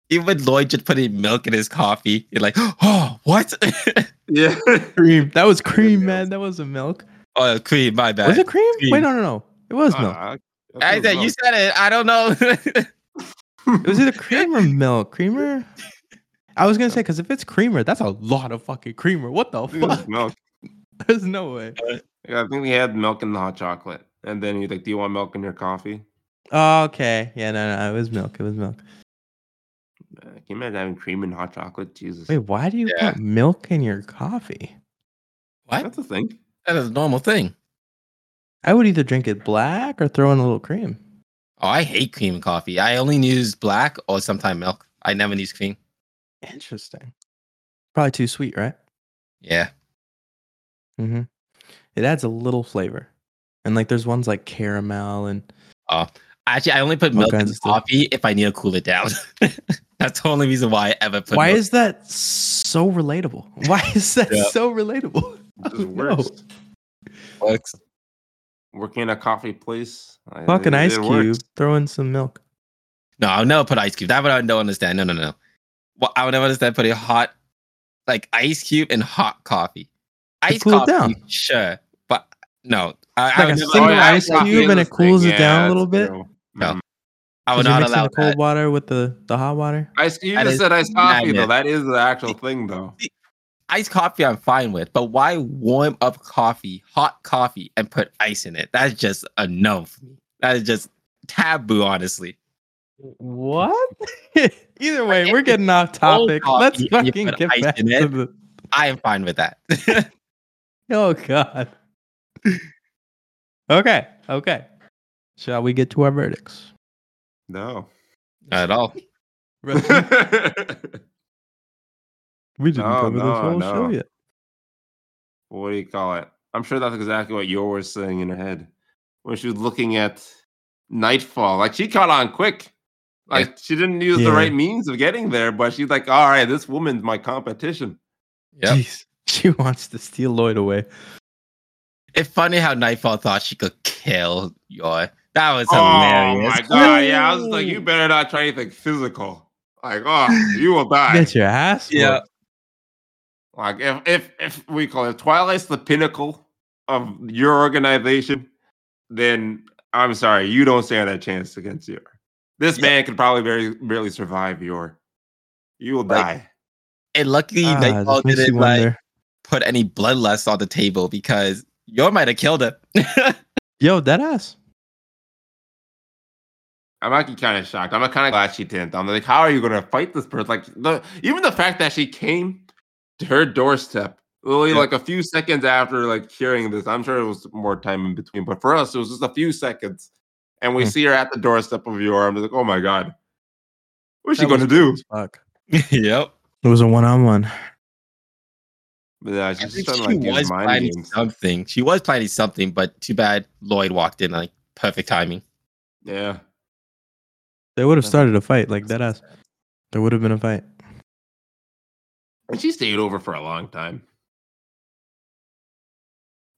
Speaker 2: Even Lloyd just putting milk in his coffee. You're like, oh, what?
Speaker 1: Yeah.
Speaker 3: Cream. That was cream,
Speaker 1: milk.
Speaker 3: man. That wasn't milk.
Speaker 2: oh, cream, my bad.
Speaker 3: Was it cream?
Speaker 2: cream.
Speaker 3: Wait, no, no, no. It was milk.
Speaker 1: Uh, I- I
Speaker 2: I
Speaker 1: could've
Speaker 2: said, you
Speaker 1: known.
Speaker 2: said it. I don't know.
Speaker 3: It was either cream or milk. Creamer. I was gonna say because if it's creamer, that's a lot of fucking creamer. What the
Speaker 1: I think it was
Speaker 3: fuck?
Speaker 1: milk.
Speaker 3: There's no way.
Speaker 1: Yeah, I think we had milk in the hot chocolate. And then you're like, Do you want milk in your coffee?
Speaker 3: Oh, okay. Yeah, no, no, it was milk. It was milk.
Speaker 1: Uh, can you imagine having cream and hot chocolate? Jesus.
Speaker 3: Wait, why do you
Speaker 2: Yeah.
Speaker 3: put milk in your coffee?
Speaker 2: What?
Speaker 1: That's a thing.
Speaker 2: That is a normal thing.
Speaker 3: I would either drink it black or throw in a little cream.
Speaker 2: Oh, I hate cream and coffee. I only use black or sometimes milk. I never use cream.
Speaker 3: Interesting. Probably too sweet, right?
Speaker 2: Yeah.
Speaker 3: Mm-hmm. It adds a little flavor, and like there's ones like caramel and
Speaker 2: Actually, I only put
Speaker 3: All
Speaker 2: milk in
Speaker 3: kinds
Speaker 2: the
Speaker 3: of stuff.
Speaker 2: coffee if I need to cool it down. That's the only reason why I ever put
Speaker 3: Why
Speaker 2: milk.
Speaker 3: is that so relatable? Why is that
Speaker 2: Yeah.
Speaker 3: so relatable?
Speaker 1: It just
Speaker 3: Oh, no.
Speaker 1: works.
Speaker 2: works.
Speaker 1: Working in a coffee place. I-
Speaker 3: Fucking
Speaker 1: it-
Speaker 3: ice
Speaker 1: it
Speaker 3: cube.
Speaker 1: works.
Speaker 3: Throw in some milk.
Speaker 2: No, I'll never put ice cube. That would I don't understand. No, no, no. Well, I would never understand putting hot, like ice cube and hot coffee. Ice
Speaker 3: cool it
Speaker 2: coffee,
Speaker 3: down.
Speaker 2: sure, but no, I, I
Speaker 3: Like
Speaker 2: would
Speaker 3: a
Speaker 2: never,
Speaker 1: Oh,
Speaker 3: single
Speaker 1: yeah,
Speaker 3: ice
Speaker 1: coffee
Speaker 3: cube
Speaker 1: is
Speaker 3: and
Speaker 1: a
Speaker 3: it cools
Speaker 1: thing.
Speaker 3: it down a
Speaker 1: Yeah,
Speaker 3: little
Speaker 1: that's
Speaker 3: bit?
Speaker 1: true.
Speaker 2: No.
Speaker 1: Mm.
Speaker 2: I would
Speaker 3: 'Cause you're
Speaker 2: Oh, not
Speaker 3: mixing
Speaker 2: allow
Speaker 3: the cold
Speaker 2: that.
Speaker 3: water with the, the hot water.
Speaker 1: Ice cube
Speaker 2: That
Speaker 1: just
Speaker 2: is
Speaker 1: said ice coffee though.
Speaker 2: madness.
Speaker 1: That is the actual thing though.
Speaker 2: Ice coffee, I'm fine with, but why warm up coffee, hot coffee, and put ice in it? That's just a no for me. That is just taboo, honestly.
Speaker 3: What? Either way, we're getting off
Speaker 2: Cold
Speaker 3: topic.
Speaker 2: coffee,
Speaker 3: Let's
Speaker 2: you
Speaker 3: fucking
Speaker 2: put
Speaker 3: get
Speaker 2: ice
Speaker 3: back
Speaker 2: in
Speaker 3: to
Speaker 2: it.
Speaker 3: the.
Speaker 2: I am fine with that.
Speaker 3: Oh God. okay. Okay. Shall we get to our verdicts?
Speaker 1: No.
Speaker 2: Not at all.
Speaker 3: we didn't
Speaker 1: No,
Speaker 3: cover
Speaker 1: no,
Speaker 3: this whole
Speaker 1: no.
Speaker 3: show yet.
Speaker 1: what do you call it? I'm sure that's exactly what Yor was saying in her head when she was looking at Nightfall. Like she caught on quick. Like she didn't use
Speaker 3: Yeah.
Speaker 1: the right means of getting there, but she's like, all right, this woman's my competition.
Speaker 2: Yep.
Speaker 3: Jeez. She wants to steal Lloyd away.
Speaker 2: It's funny how Nightfall thought she could kill your. That was
Speaker 1: Oh
Speaker 2: hilarious.
Speaker 1: my god, yeah. I was like, you better not try anything physical. Like, oh, you will die.
Speaker 3: Get your ass.
Speaker 2: Yeah.
Speaker 3: whooped.
Speaker 1: Like if if if we call it Twilight's the pinnacle of your organization, then I'm sorry, you don't stand a chance against your. This
Speaker 2: Yeah.
Speaker 1: man could probably very barely survive your. You will
Speaker 2: Right.
Speaker 1: die.
Speaker 2: And luckily,
Speaker 3: Ah, it
Speaker 2: Nightfall
Speaker 3: just makes
Speaker 2: didn't
Speaker 3: you
Speaker 2: like
Speaker 3: wonder.
Speaker 2: put any bloodlust on the table because your might have killed him.
Speaker 3: Yo, that ass.
Speaker 1: I'm actually kind of shocked. I'm kind of glad she didn't. I'm like, how are you going to fight this person? Like the even the fact that she came to her doorstep, literally
Speaker 2: Yeah.
Speaker 1: like a few seconds after like hearing this. I'm sure it was more time in between, but for us, it was just a few seconds, and we
Speaker 3: Hmm.
Speaker 1: see her at the doorstep of your. I'm like, oh my god, what's she
Speaker 3: That was
Speaker 1: going to do?
Speaker 3: cool as Fuck.
Speaker 2: yep.
Speaker 3: It was a one-on-one.
Speaker 1: But yeah,
Speaker 2: I
Speaker 1: she's just
Speaker 2: think
Speaker 1: trying
Speaker 2: she
Speaker 1: to like
Speaker 2: was
Speaker 1: use mind
Speaker 2: planning
Speaker 1: games.
Speaker 2: something. She was planning something, but too bad Lloyd walked in like perfect timing.
Speaker 1: Yeah,
Speaker 3: They would have started a fight like that ass. There would have been a fight.
Speaker 1: and she stayed over for a long time.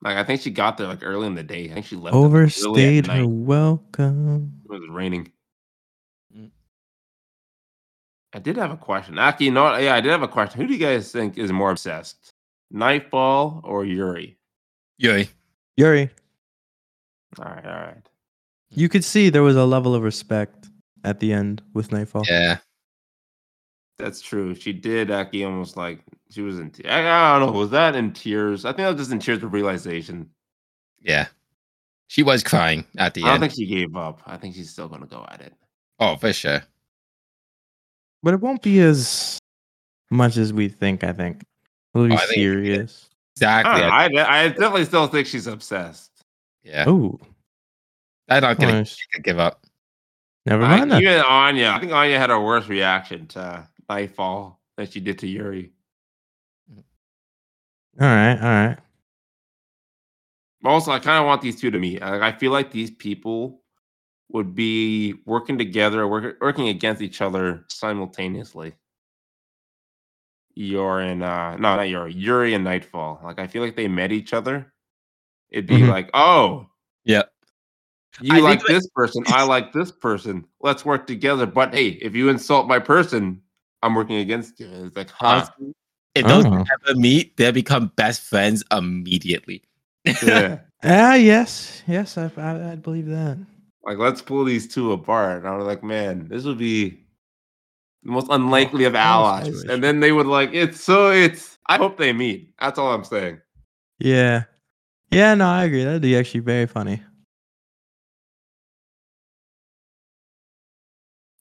Speaker 1: Like I think she got there like early in the day. I think she left like, early at
Speaker 3: Overstayed her
Speaker 1: night.
Speaker 3: welcome.
Speaker 1: It was raining.
Speaker 2: Mm.
Speaker 1: I did have a question. Actually, you know what? Yeah, I did have a question. Who do you guys think is more obsessed? Nightfall or Yuri?
Speaker 2: Yuri.
Speaker 3: Yuri,
Speaker 1: All right, all right.
Speaker 3: you could see there was a level of respect at the end with Nightfall.
Speaker 2: Yeah.
Speaker 1: That's true. She did actually almost like she was in tears. I, I don't know. Was that in tears? I think I was just in tears of realization.
Speaker 2: Yeah. She was crying at the
Speaker 1: I don't
Speaker 2: end.
Speaker 1: think she gave up. I think she's still going to go at it.
Speaker 2: oh, for sure.
Speaker 3: But it won't be as much as we think, I think. It'll be
Speaker 2: Oh, I think it's gonna be-
Speaker 3: serious.
Speaker 1: I,
Speaker 2: Exactly.
Speaker 1: don't know. Ah, I, de- I definitely still think she's obsessed.
Speaker 2: yeah.
Speaker 3: Oh,
Speaker 2: I don't think
Speaker 3: nice.
Speaker 2: she could give up.
Speaker 3: Never
Speaker 1: Like,
Speaker 3: mind that.
Speaker 1: even Anya, I think Anya had a worse reaction to Nightfall than she did to Yuri.
Speaker 3: All right, all right.
Speaker 1: Also, I kind of want these two to meet. I, I feel like these people would be working together, work, working against each other simultaneously. You're in, uh, no, not Yuri, Yuri and Nightfall. Like, I feel like they met each other. It'd be
Speaker 3: Mhm.
Speaker 1: like, oh,
Speaker 2: Yeah.
Speaker 1: you
Speaker 2: I think
Speaker 1: like
Speaker 2: that-
Speaker 1: this person, I like this person. Let's work together. But hey, if you insult my person, I'm working against you. It's like, huh?
Speaker 2: Honestly, if those
Speaker 3: Oh.
Speaker 2: ever meet, they become best friends immediately.
Speaker 1: yeah.
Speaker 3: Ah, yes, yes, I, I, I believe that.
Speaker 1: Like, let's pull these two apart. And I was like, man, this would be the most unlikely of allies.
Speaker 3: situation.
Speaker 1: And then they would like, it's so it's. I hope they meet. That's all I'm saying.
Speaker 3: Yeah. Yeah, no, I agree. That'd be actually very funny.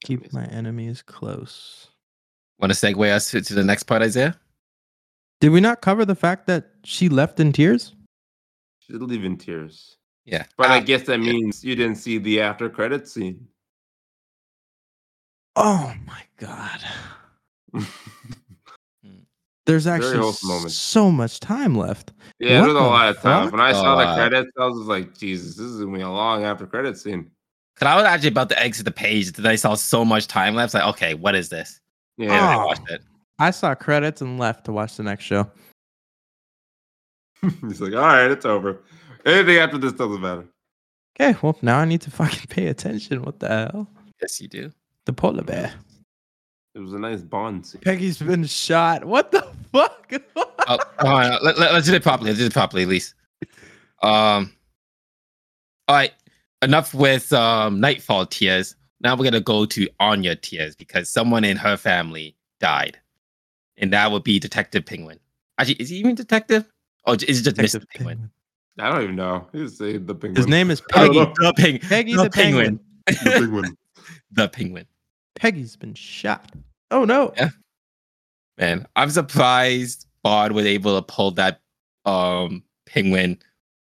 Speaker 3: Keep my enemies close.
Speaker 2: Want to segue us to, to the next part, Isaiah?
Speaker 3: Did we not cover the fact that she left in tears?
Speaker 1: She'd leave in tears.
Speaker 2: Yeah.
Speaker 1: But I
Speaker 2: Ah,
Speaker 1: guess that
Speaker 2: yeah.
Speaker 1: means you didn't see the after credit scene.
Speaker 3: Oh my god. There's actually
Speaker 1: wholesome moment.
Speaker 3: so much time left.
Speaker 1: Yeah,
Speaker 3: What
Speaker 1: there's a
Speaker 3: the
Speaker 1: lot of time. When I saw the
Speaker 2: fuck?
Speaker 1: credits, I was just like, Jesus, this is gonna be a long after credit scene.
Speaker 2: Cause I was actually about to exit the page, then I saw so much time lapse. Like, okay, what is this? And
Speaker 1: Yeah.
Speaker 2: I
Speaker 3: Oh.
Speaker 2: watched it.
Speaker 3: I saw credits and left to watch the next show.
Speaker 1: He's like, all right, it's over. Anything after this doesn't matter.
Speaker 3: Okay, well now I need to fucking pay attention. What the hell?
Speaker 2: Yes, you do.
Speaker 3: The polar bear.
Speaker 1: It was a nice bond scene.
Speaker 3: Peggy's been shot. What the fuck?
Speaker 2: Oh, hold on, let, let, us do it properly. Let's do it properly, at least. Um. All right. Enough with um Nightfall tears. Now we're gonna go to Anya tears because someone in her family died, and that would be Detective Penguin. Actually, is he even Detective? Oh, j- is it just Mr.
Speaker 3: Detective
Speaker 2: Penguin?
Speaker 3: Penguin.
Speaker 1: I don't even know. He was saying the penguin.
Speaker 3: His name is
Speaker 1: I don't
Speaker 2: Peggy,
Speaker 3: Peggy.
Speaker 1: know.
Speaker 2: the, peng- the
Speaker 3: Peggy the penguin.
Speaker 1: The penguin.
Speaker 2: Oh, the Penguin.
Speaker 3: Peggy's been shot. Oh no.
Speaker 2: Yeah. Man, I'm surprised Bard was able to pull that um penguin,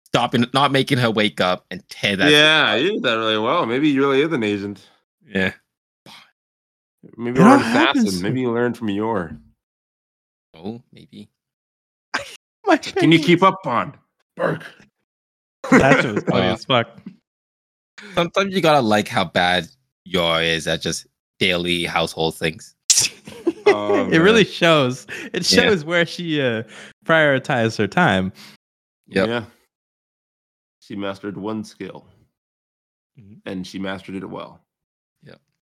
Speaker 2: stopping not making her wake up and tear that.
Speaker 1: yeah, you did that really well. Maybe you really is an agent.
Speaker 2: Yeah.
Speaker 1: Maybe
Speaker 3: It
Speaker 1: you're
Speaker 3: all
Speaker 1: an assassin.
Speaker 3: happens.
Speaker 1: Maybe you learned from your.
Speaker 2: Oh, maybe.
Speaker 3: My
Speaker 1: Can you
Speaker 3: Peggy.
Speaker 1: keep Oh, up on? Burke.
Speaker 3: That shit was funny
Speaker 2: Uh,
Speaker 3: as fuck.
Speaker 2: Sometimes you gotta like how bad your is at just daily household things.
Speaker 1: Oh,
Speaker 3: it really
Speaker 1: man.
Speaker 3: shows. It
Speaker 2: Yeah.
Speaker 3: shows where she uh, prioritized her time.
Speaker 2: Yep.
Speaker 1: Yeah. She mastered one skill.
Speaker 2: Mhm.
Speaker 3: Mm-hmm.
Speaker 1: And she mastered it well.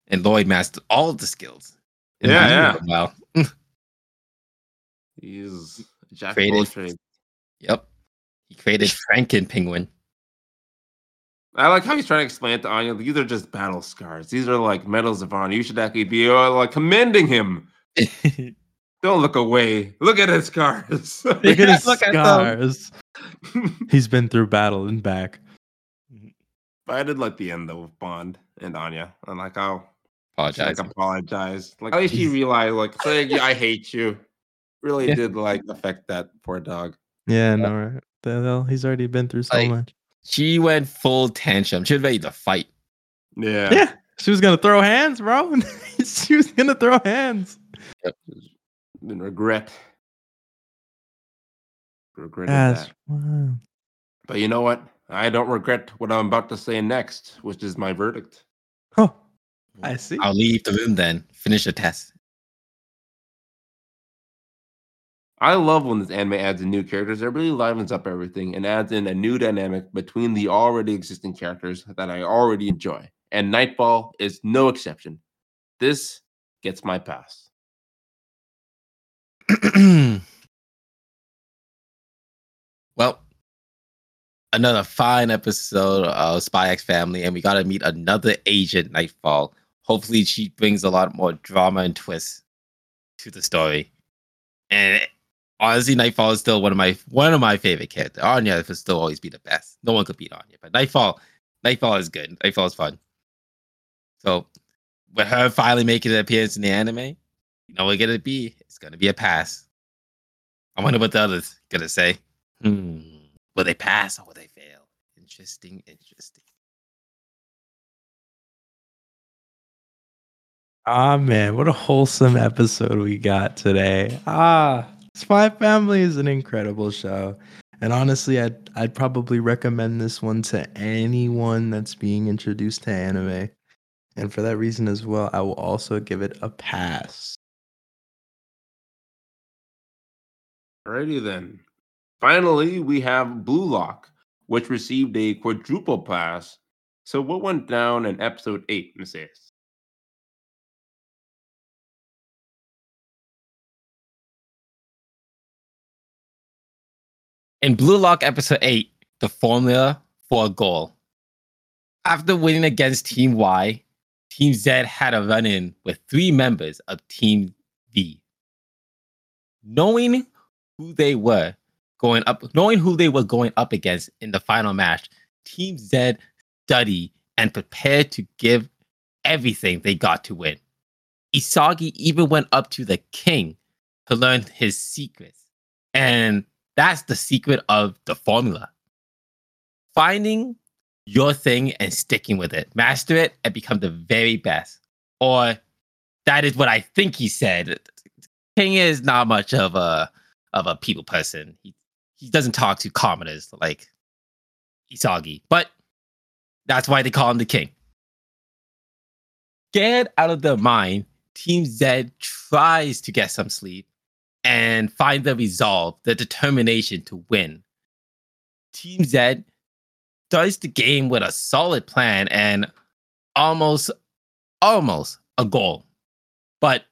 Speaker 2: And Lloyd mastered all of the skills. And
Speaker 1: Yeah,
Speaker 2: that's Wow.
Speaker 1: He's a jack of all
Speaker 2: Creative.
Speaker 1: trades.
Speaker 2: Yep. He created Franken Penguin.
Speaker 1: I like how he's trying to explain it to Anya. These are just battle scars. These are like medals of honor. You should actually be uh, like commending him. Don't look away. Look at his scars.
Speaker 3: Look at his
Speaker 2: Look at them.
Speaker 3: scars. He's been through battle and back.
Speaker 1: But I did like the end though of Bond and Anya. And like how she
Speaker 2: Apologize.
Speaker 1: like apologized. Like at least she realized like saying "Yeah, I hate you really
Speaker 2: Yeah.
Speaker 1: did like affect that poor dog.
Speaker 3: Yeah, no, right. The hell, he's already been through so
Speaker 2: Like-
Speaker 3: much.
Speaker 2: She went full tantrum. She was ready to fight.
Speaker 1: Yeah.
Speaker 3: Yeah, she was gonna throw hands, bro. she was gonna throw hands.
Speaker 1: And regret. Regretted
Speaker 3: Yes.
Speaker 1: that.
Speaker 3: Wow.
Speaker 1: But you know what? I don't regret what I'm about to say next, which is my verdict.
Speaker 3: Oh, I see.
Speaker 2: I'll leave the room then. Finish the test.
Speaker 1: I love when this anime adds in new characters. It really livens up everything and adds in a new dynamic between the already existing characters that I already enjoy. And Nightfall is no exception. This gets my pass.
Speaker 2: well, another fine episode of Spy X Family, and we got to meet another agent, Nightfall. Hopefully, she brings a lot more drama and twists to the story. And honestly, Nightfall is still one of my one of my favorite characters. Anya will still always be the best. No one could beat Anya, but Nightfall, Nightfall is good. Nightfall is fun. So, with her finally making an appearance in the anime, you know what gonna be? It's gonna be a pass. I wonder what the others gonna say. Hmm. Will they pass or will they fail? Interesting, interesting.
Speaker 3: Ah man, what a wholesome episode we got today. Ah, Spy Family is an incredible show. And honestly, I'd I'd probably recommend this one to anyone that's being introduced to anime. And for that reason as well, I will also give it a pass.
Speaker 1: Alrighty then. Finally, we have Blue Lock, which received a quadruple pass. So, what went down in episode 8, Miss Ace?
Speaker 2: In Blue Lock episode eight, the formula for a goal. after winning against Team Y, Team Z had a run in with three members of Team V. Knowing who they were going up, knowing who they were going up against in the final match, Team Z studied and prepared to give everything they got to win. Isagi even went up to the king to learn his secrets. And that's the secret of the formula. Finding your thing and sticking with it. Master it and become the very best. Or that is what I think he said. King is not much of a of a people person. He he doesn't talk to commoners like Isagi, but that's why they call him the king. Scared out of their mind, Team Z tries to get some sleep and find the resolve, the determination to win. Team Z starts the game with a solid plan and almost almost a goal. But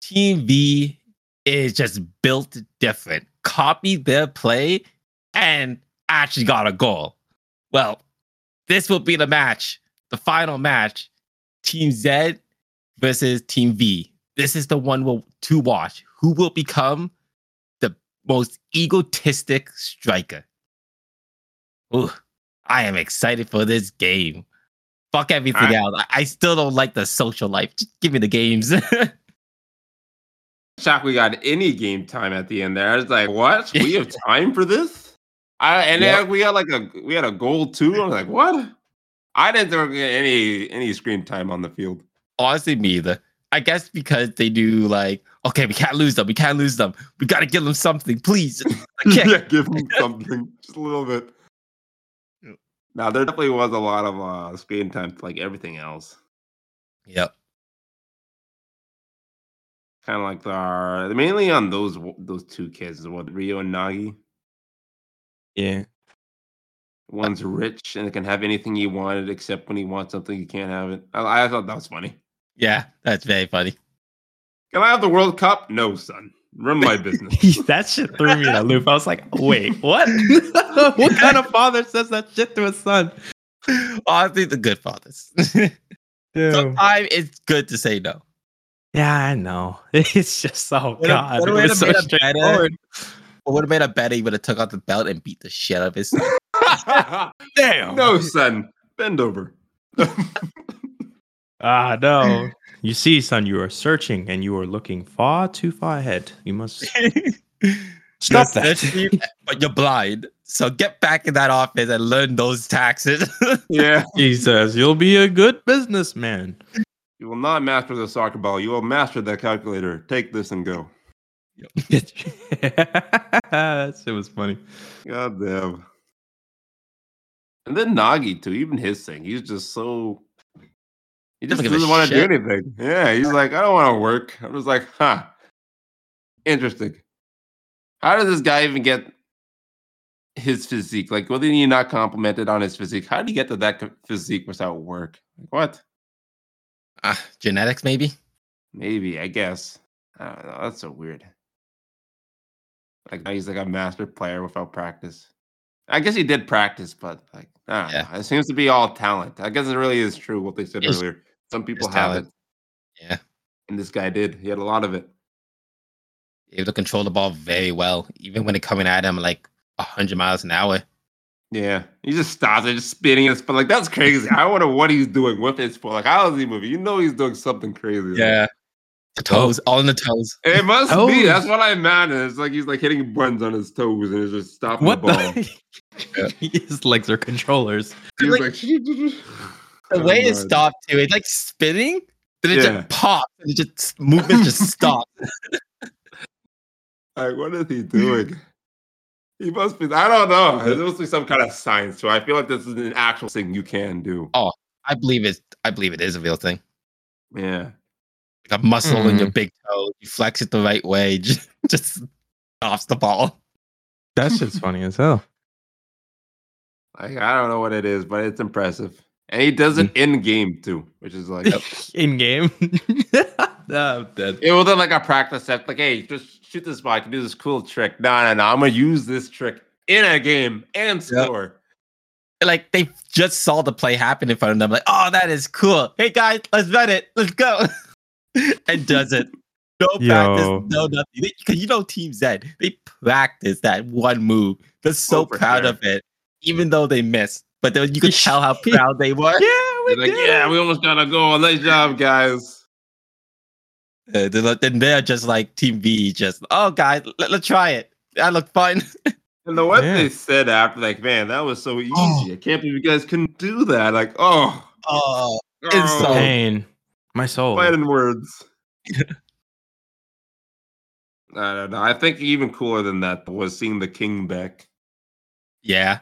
Speaker 2: Team V is just built different. Copied their play and actually got a goal. Well, this will be the match, the final match. Team Z versus Team V. This is the one we'll, to watch. Who will become the most egotistic striker? Ooh, I am excited for this game. Fuck everything
Speaker 1: I-
Speaker 2: else. I, I still don't like the social life. Just give me the games.
Speaker 1: Shocked we got any game time at the end there. I was like, what? We have time for this? I and
Speaker 2: Yep.
Speaker 1: then we got like a we had a goal too. I was like, what? I didn't think we were gonna get any any screen time on the field.
Speaker 2: Honestly, me either. I guess because they do like, okay, we can't lose them. We can't lose them. We gotta give them something, please. A kick.
Speaker 1: yeah, give them something, just a little bit. Now there definitely was a lot of uh, screen time, to, like everything else.
Speaker 2: Yep.
Speaker 1: Kind of like the our- mainly on those w- those two kids, what Rio and Nagi.
Speaker 3: Yeah.
Speaker 1: One's rich and can have anything he wanted, except when he wants something he can't have it. I, I thought that was funny.
Speaker 2: Yeah, that's very funny.
Speaker 1: Can I have the World Cup? No, son. Run my business.
Speaker 3: that shit threw me in a loop. I was like, wait, what? what kind of father says that shit to his son?
Speaker 2: Honestly, the good fathers. Sometimes it's good to say no.
Speaker 3: Yeah, I know. It's just oh
Speaker 2: What
Speaker 3: god, it was so straightforward.
Speaker 2: would have made a better? He would have took out the belt and beat the shit out of his.
Speaker 3: Damn.
Speaker 1: no, son. Bend over.
Speaker 3: Ah, no. You see, son, you are searching and you are looking far too far ahead. You must stop that.
Speaker 2: Essentially, but you're blind, so get back in that office and learn those taxes.
Speaker 1: Yeah.
Speaker 3: Jesus, you'll be a good businessman.
Speaker 1: You will not master the soccer ball. You will master the calculator. Take this and go.
Speaker 3: that shit was funny.
Speaker 1: God damn. And then Nagi too, even his thing. He's just so he just
Speaker 2: Doesn't give a
Speaker 1: doesn't want to do
Speaker 2: shit.
Speaker 1: anything. Yeah, he's like, I don't want to work. I was like, huh. Interesting. How does this guy even get his physique? Like, whether he not complimented on his physique, how did he get to that co- physique without work? Like, what?
Speaker 2: Ah, genetics, maybe.
Speaker 1: Maybe, I guess. I don't know. That's so weird. Like now he's like a master player without practice. I guess he did practice, but like I don't
Speaker 2: Yeah.
Speaker 1: know. It seems to be all talent. I guess it really is true what they said
Speaker 2: It's-
Speaker 1: earlier. Some people have
Speaker 2: talent.
Speaker 1: it.
Speaker 2: Yeah.
Speaker 1: And this guy did. He had a lot of it.
Speaker 2: Able to control the ball very well, even when it coming at him like hundred miles an hour.
Speaker 1: Yeah. He just stops and just spinning his foot. Like that's crazy. I wonder what he's doing with his foot. Like how is he moving? You know he's doing something crazy. Like,
Speaker 2: The toes, all in the toes.
Speaker 1: It must be.
Speaker 3: Toes.
Speaker 1: That's what I imagine. It's like he's like hitting buttons on his toes and it's just stopping
Speaker 3: What
Speaker 1: the ball.
Speaker 3: the? His legs are controllers.
Speaker 1: He was
Speaker 2: Like,
Speaker 1: like,
Speaker 2: The way it
Speaker 1: God.
Speaker 2: stopped too, it's like spinning, then it
Speaker 1: Yeah.
Speaker 2: just pops, and it just movement just stops.
Speaker 1: Like, what is he doing? He must be. I don't know. There must be some kind of science to it. I feel like this is an actual thing you can do.
Speaker 2: I believe it. I believe it is a real thing.
Speaker 1: Yeah.
Speaker 2: Like a muscle in your big toe, you flex it the right way, just, just stops the ball.
Speaker 3: That shit's funny as hell.
Speaker 1: Like, I don't know what it is, but it's impressive. And he does it in game too, which is like,
Speaker 3: In game. I'm dead.
Speaker 1: it wasn't like a practice set. Like, hey, just shoot this ball. I can do this cool trick. No, no, no. I'm going to use this trick in a game and score.
Speaker 2: like they just saw the play happen in front of them. Like, oh, that is cool. Hey guys, let's bet it. Let's go. and does it. No practice,
Speaker 3: Yo.
Speaker 2: no nothing. Because you know Team Z, they practice that one move. They're so
Speaker 1: Oh, for
Speaker 2: proud
Speaker 1: sure.
Speaker 2: of it, even though they missed. But then you could tell how proud they were.
Speaker 3: Yeah, we
Speaker 1: They're like,
Speaker 3: did
Speaker 1: yeah,
Speaker 3: it.
Speaker 1: we almost got a goal. Nice job, guys.
Speaker 2: Uh, they're like- then they're just like Team V, just oh guys, let, let's try it. That looked fun.
Speaker 1: And the what
Speaker 3: Yeah.
Speaker 1: they said after, like, man, that was so easy.
Speaker 2: Oh.
Speaker 1: I can't believe you guys couldn't do that. Like, oh,
Speaker 2: Oh,
Speaker 1: oh,
Speaker 2: so-
Speaker 3: Pain. My soul.
Speaker 1: fighting words. I don't know. I think even cooler than that was seeing the king back
Speaker 2: yeah.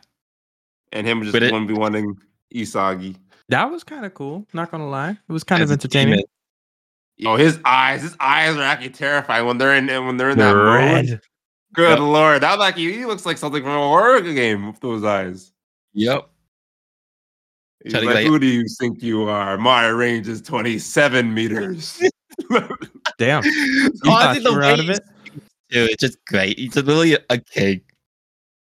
Speaker 1: and him just
Speaker 2: But it-
Speaker 1: one v oneing Isagi.
Speaker 3: That was kind of cool. Not gonna lie, it was kind
Speaker 2: As a
Speaker 3: of entertaining.
Speaker 2: demon.
Speaker 1: Oh, his eyes! His eyes are actually terrifying when they're in when they're in that mode. Good
Speaker 2: Yep.
Speaker 1: lord, that like he he looks like something from a horror game with those eyes.
Speaker 2: Yep.
Speaker 1: He's
Speaker 2: Trying to
Speaker 1: like,
Speaker 2: get-
Speaker 1: who do you think you are? My range is twenty-seven meters.
Speaker 3: Damn. thought
Speaker 2: Honestly,
Speaker 3: you
Speaker 2: the
Speaker 3: were
Speaker 2: way
Speaker 3: out of
Speaker 2: he
Speaker 3: it?
Speaker 2: speaks, Dude, it's just great. He's literally a king.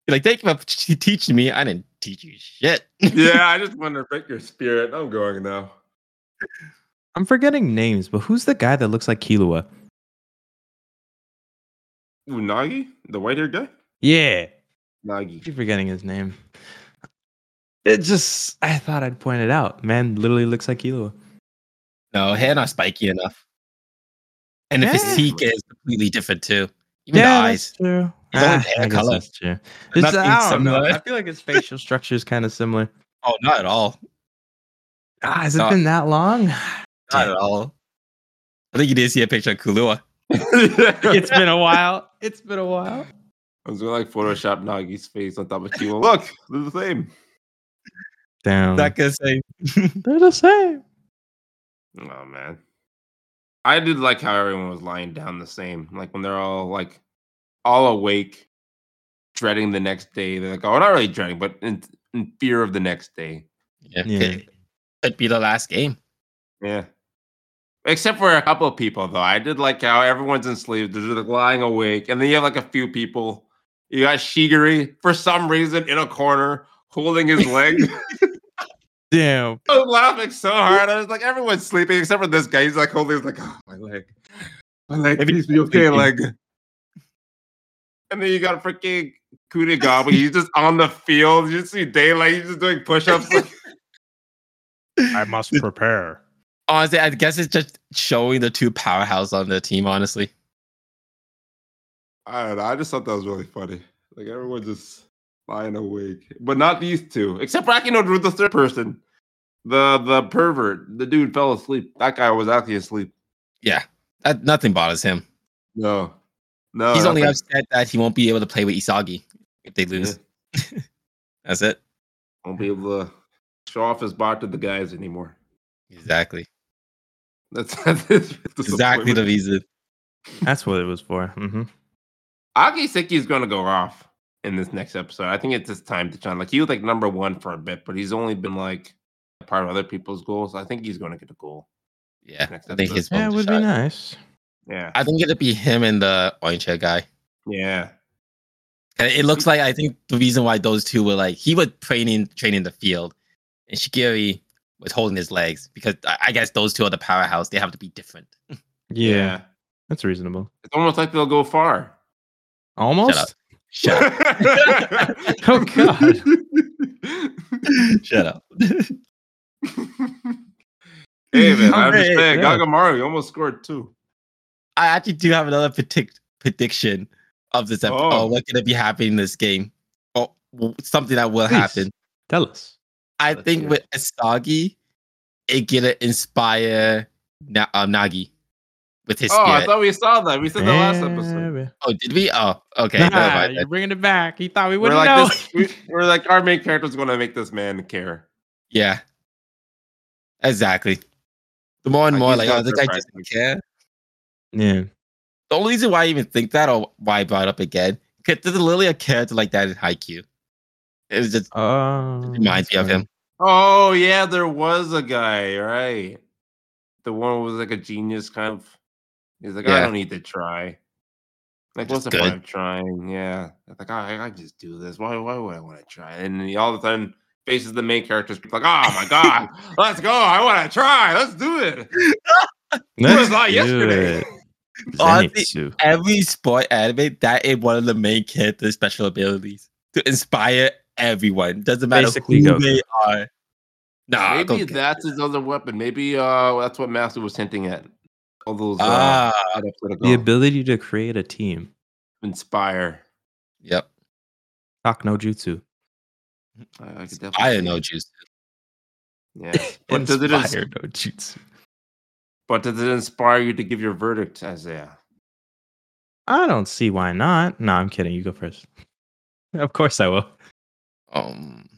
Speaker 2: Like, thank you for t- teaching me. I didn't teach you shit.
Speaker 1: yeah, I just want to pick your spirit. I'm going now.
Speaker 3: I'm forgetting names, but who's the guy that looks like Kilua?
Speaker 1: Ooh, Nagi, the white-haired guy.
Speaker 3: Yeah,
Speaker 1: Nagi.
Speaker 3: keep forgetting his name. It just, I thought I'd point it out. Man, literally looks like Kilua.
Speaker 2: No, hair not spiky enough. And the
Speaker 3: Yeah.
Speaker 2: physique is completely different too. Even the
Speaker 3: that's
Speaker 2: eyes.
Speaker 3: true.
Speaker 2: His own
Speaker 3: Ah,
Speaker 2: hair
Speaker 3: I guess
Speaker 2: color.
Speaker 3: that's true. It's,
Speaker 2: Nothing
Speaker 3: I don't know.
Speaker 2: similar.
Speaker 3: I feel like his facial structure is kind of similar.
Speaker 2: Oh, not at all.
Speaker 3: Ah, has it
Speaker 2: Not-
Speaker 3: been that long?
Speaker 2: Not at all. I think you did see a picture of Kulua.
Speaker 3: it's been a while. It's been a while.
Speaker 1: I was gonna like Photoshop Nagi's face on top of Kiwa. Look, they're the same.
Speaker 3: Damn.
Speaker 2: Not gonna say.
Speaker 3: They're the same.
Speaker 1: Oh man. I did like how everyone was lying down the same. Like when they're all like all awake, dreading the next day. They're like, oh, not really dreading, but in, in fear of the next day.
Speaker 2: Yeah.
Speaker 3: Yeah.
Speaker 2: Could, could be the last game.
Speaker 1: Yeah. Except for a couple of people though. I did like how everyone's in sleep. They're just like, lying awake. And then you have like a few people. You got Shigeri for some reason in a corner holding his leg.
Speaker 3: Damn.
Speaker 1: I was laughing so hard. I was like, everyone's sleeping except for this guy. He's like holding he's like, oh, my leg. My leg.
Speaker 2: Maybe
Speaker 1: Please
Speaker 2: he's
Speaker 1: be okay,
Speaker 2: sleeping.
Speaker 1: leg. And then you got freaking Kunigami. he's just on the field. You see daylight. He's just doing push ups. Like,
Speaker 3: I must prepare.
Speaker 2: Honestly, I guess it's just showing the two powerhouses on the team, honestly.
Speaker 1: I don't know. I just thought that was really funny. Like, everyone's just lying awake. But not these two. Except for Akino with the third person. The the pervert. The dude fell asleep. That guy was actually asleep.
Speaker 2: That, nothing bothers him.
Speaker 1: No. No.
Speaker 2: He's only
Speaker 1: nothing.
Speaker 2: upset that he won't be able to play with Isagi if they lose. That's it.
Speaker 1: won't be able to show off his bot to the guys anymore.
Speaker 2: Exactly.
Speaker 1: That's, that's his
Speaker 2: Exactly the
Speaker 1: disappointment.
Speaker 2: reason.
Speaker 3: That's what it was for. hmm
Speaker 1: Aki Seki is going to go off in this next episode. I think it's his time to shine. Like he was like number one for a bit, but he's only been like a part of other people's goals. I think he's going to get a goal.
Speaker 2: Yeah.
Speaker 1: Next
Speaker 2: I think
Speaker 1: episode.
Speaker 2: his
Speaker 3: Yeah, it
Speaker 2: mom's a
Speaker 3: would be
Speaker 2: shot.
Speaker 3: nice.
Speaker 1: Yeah,
Speaker 2: I think it'd be him and the orange hair guy.
Speaker 1: yeah.
Speaker 2: And it looks like I think the reason why those two were like he was training training the field, and Shigiri was holding his legs because I, I guess those two are the powerhouse. They have to be different.
Speaker 3: Yeah, that's reasonable.
Speaker 1: It's almost like they'll go far.
Speaker 3: Almost.
Speaker 2: Shut up.
Speaker 3: Oh, God.
Speaker 2: Shut up.
Speaker 1: hey man, I'm just
Speaker 3: Alright,
Speaker 1: saying,
Speaker 3: yeah.
Speaker 1: Gagamaru you almost scored two.
Speaker 2: I actually do have another predict prediction of this episode.
Speaker 1: Oh.
Speaker 2: Oh. what's gonna be happening in this game? Or w- something that will
Speaker 3: Please.
Speaker 2: happen.
Speaker 3: Tell us.
Speaker 2: I
Speaker 1: Let's hear
Speaker 2: think
Speaker 1: it.
Speaker 2: with Asagi, it gonna inspire Na- uh, Nagi with his
Speaker 1: Oh, I
Speaker 2: spirit.
Speaker 1: thought we saw that. We said that last episode.
Speaker 3: Maybe.
Speaker 2: oh, did we? Oh, okay.
Speaker 3: Nah,
Speaker 2: never mind
Speaker 3: you're
Speaker 2: then.
Speaker 3: bringing it back. He thought we
Speaker 1: We're
Speaker 3: wouldn't
Speaker 1: like
Speaker 3: know.
Speaker 1: this. We, we're like our main character's gonna make this man care.
Speaker 2: Yeah. Exactly. The more and
Speaker 1: Like,
Speaker 2: more,
Speaker 1: he's
Speaker 2: like,
Speaker 1: got
Speaker 2: oh, this guy
Speaker 1: surprise
Speaker 2: just care.
Speaker 3: yeah.
Speaker 2: The only reason why I even think that or why I brought it up again, because there's literally a character like that in Haikyuu. It was just
Speaker 3: Oh,
Speaker 2: reminds me of him.
Speaker 1: Oh yeah, there was a guy, right? The one who was like a genius kind of. He's like, I
Speaker 2: Yeah.
Speaker 1: don't need to try. Like, what's the
Speaker 2: Just
Speaker 1: point
Speaker 2: good.
Speaker 1: "Oh, of trying? Yeah, It's like I, I just do this. Why? Why would I want to try? And then all of a sudden, faces the main characters. Like, oh my god, let's go! I want to try. Let's do it. It was like yesterday.
Speaker 2: Oh, Honestly, Every sport anime that is one of the main characters' special abilities to inspire everyone. Doesn't matter
Speaker 3: Basically
Speaker 2: who
Speaker 3: Goku.
Speaker 2: they are. Nah,
Speaker 1: Maybe
Speaker 2: Goku.
Speaker 1: that's his other weapon. Maybe uh, that's what Master was hinting at. All those uh,
Speaker 2: ah.
Speaker 1: that episode ago.
Speaker 3: The ability to create a team.
Speaker 1: inspire.
Speaker 2: Yep.
Speaker 3: Talk no jutsu.
Speaker 1: I, I could definitely
Speaker 2: I
Speaker 1: see
Speaker 2: know
Speaker 1: it.
Speaker 2: juice.
Speaker 1: Yeah. But does it ins-
Speaker 3: Inspire no jutsu.
Speaker 1: but does it inspire you to give your verdict, Isaiah?
Speaker 3: I don't see why not. No, I'm kidding. You go first. Of course I will.
Speaker 2: Um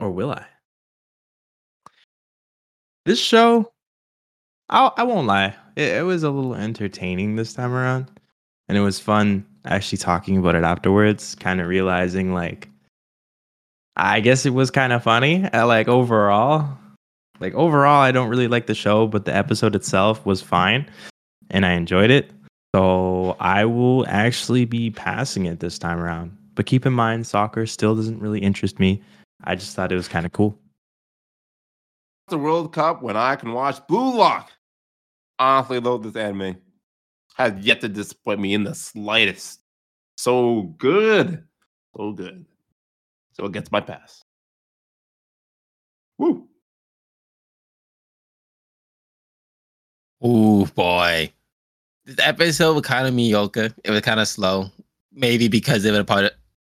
Speaker 3: Or will I? This show, I'll, I won't lie. It, it was a little entertaining this time around. And it was fun actually talking about it afterwards, kind of realizing, like, I guess it was kind of funny, uh, like, overall. Like, overall, I don't really like the show, but the episode itself was fine and I enjoyed it. So I will actually be passing it this time around. But keep in mind, soccer still doesn't really interest me. I just thought it was kind of cool.
Speaker 1: The World Cup when I can watch Blue Lock. Honestly, though, this anime has yet to disappoint me in the slightest. So good. So good. So it gets my pass. Woo.
Speaker 2: Ooh boy. This episode was kind of mediocre. It was kind of slow. Maybe because they were part of,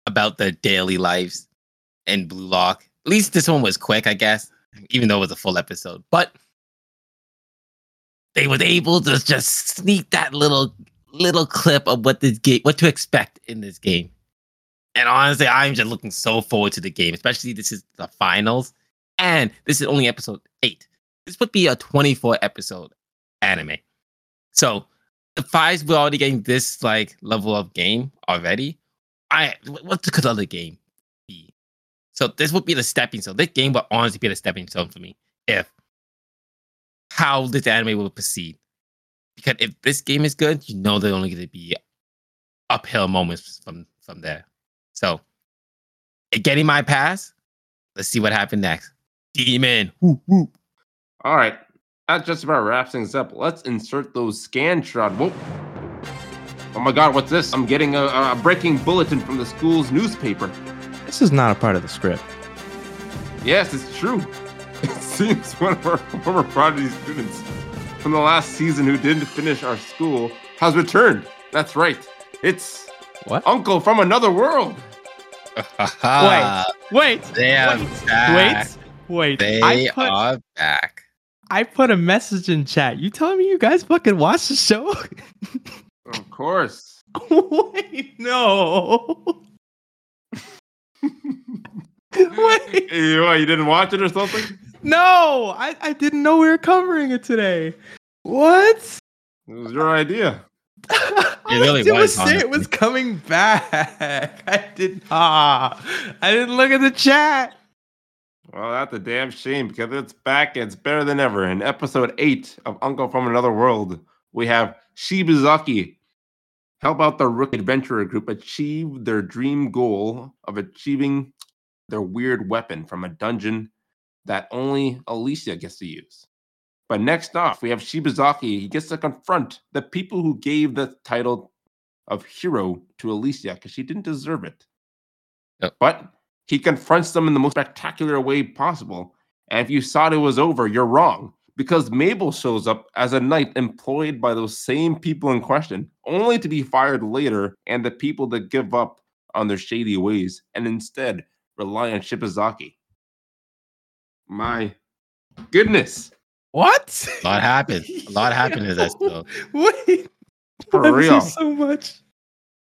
Speaker 2: about their daily lives in Blue Lock. At least this one was quick, I guess, even though it was a full episode. But they was able to just sneak that little little clip of what this game what to expect in this game. And honestly, I'm just looking so forward to the game, especially this is the finals. And this is only episode eight. This would be a 24 episode anime. So the fives we're already getting this like level of game already. I wh- what could other game be? So this would be the stepping stone. This game would honestly be the stepping stone for me if how this anime will proceed. Because if this game is good, you know they're only gonna be uphill moments from from there. So it getting my pass, let's see what happened next. Demon. Woo, woo.
Speaker 1: All right. That just about wraps things up. Let's insert those scan shroud. Whoa. Oh my god, what's this? I'm getting a, a breaking bulletin from the school's newspaper.
Speaker 3: This is not a part of the script.
Speaker 1: Yes, it's true. It seems one of our former prodigy students from the last season who didn't finish our school has returned. That's right. It's
Speaker 3: What?
Speaker 1: Uncle from another world.
Speaker 3: Wait,
Speaker 2: They are back.
Speaker 3: wait.
Speaker 2: Ah, They are back.
Speaker 3: I put a message in chat. You telling me you guys fucking watch the show?
Speaker 1: Of course.
Speaker 3: wait, no. wait,
Speaker 1: You, what, you didn't watch it or something?
Speaker 3: no. I, I didn't know we were covering it today. What?
Speaker 1: It was your idea.
Speaker 3: All
Speaker 2: really
Speaker 3: I did
Speaker 2: was,
Speaker 3: was say it was coming back. I did ah, I didn't look at the chat.
Speaker 1: Well, that's a damn shame because it's back and it's better than ever. In episode 8 of Uncle from Another World, we have Shibazaki help out the Rook Adventurer group achieve their dream goal of achieving their weird weapon from a dungeon that only Alicia gets to use. But next off, we have Shibazaki. He gets to confront the people who gave the title of hero to Alicia because she didn't deserve it.
Speaker 2: Yep.
Speaker 1: But he confronts them in the most spectacular way possible. And if you thought it was over, you're wrong. Because Mabel shows up as a knight employed by those same people in question, only to be fired later, and the people that give up on their shady ways and instead rely on Shibazaki. My goodness.
Speaker 3: What?
Speaker 2: A lot happened. A lot happened to this though.
Speaker 3: Wait.
Speaker 1: For
Speaker 3: I miss you
Speaker 1: real.
Speaker 3: So much.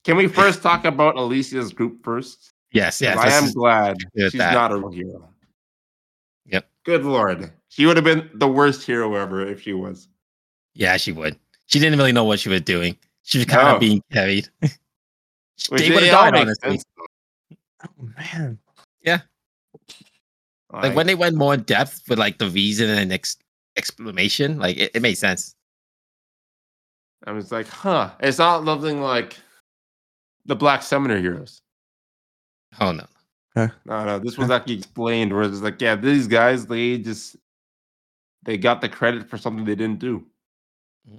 Speaker 1: Can we first talk about Alicia's group first?
Speaker 2: Yes,
Speaker 1: 'Cause
Speaker 2: yes.
Speaker 1: I
Speaker 2: this
Speaker 1: am
Speaker 2: is-
Speaker 1: glad
Speaker 2: good at
Speaker 1: she's
Speaker 2: that.
Speaker 1: not a real hero.
Speaker 2: Yep.
Speaker 1: Good lord. She would have been the worst hero ever if she was.
Speaker 2: yeah, she would. She didn't really know what she was doing. She was kind
Speaker 1: No.
Speaker 2: of being carried.
Speaker 1: Which
Speaker 2: they would
Speaker 1: it
Speaker 2: have
Speaker 1: all
Speaker 2: died,
Speaker 1: makes
Speaker 2: honestly.
Speaker 1: sense.
Speaker 3: Oh man.
Speaker 2: Like when they went more in depth with like the reason and ex- explanation, like it, it made sense.
Speaker 1: I was like, huh. It's not something like the Black Summoner heroes.
Speaker 2: Oh no.
Speaker 3: Huh.
Speaker 1: No, no, this was actually explained where it's like, yeah, these guys, they just they got the credit for something they didn't do.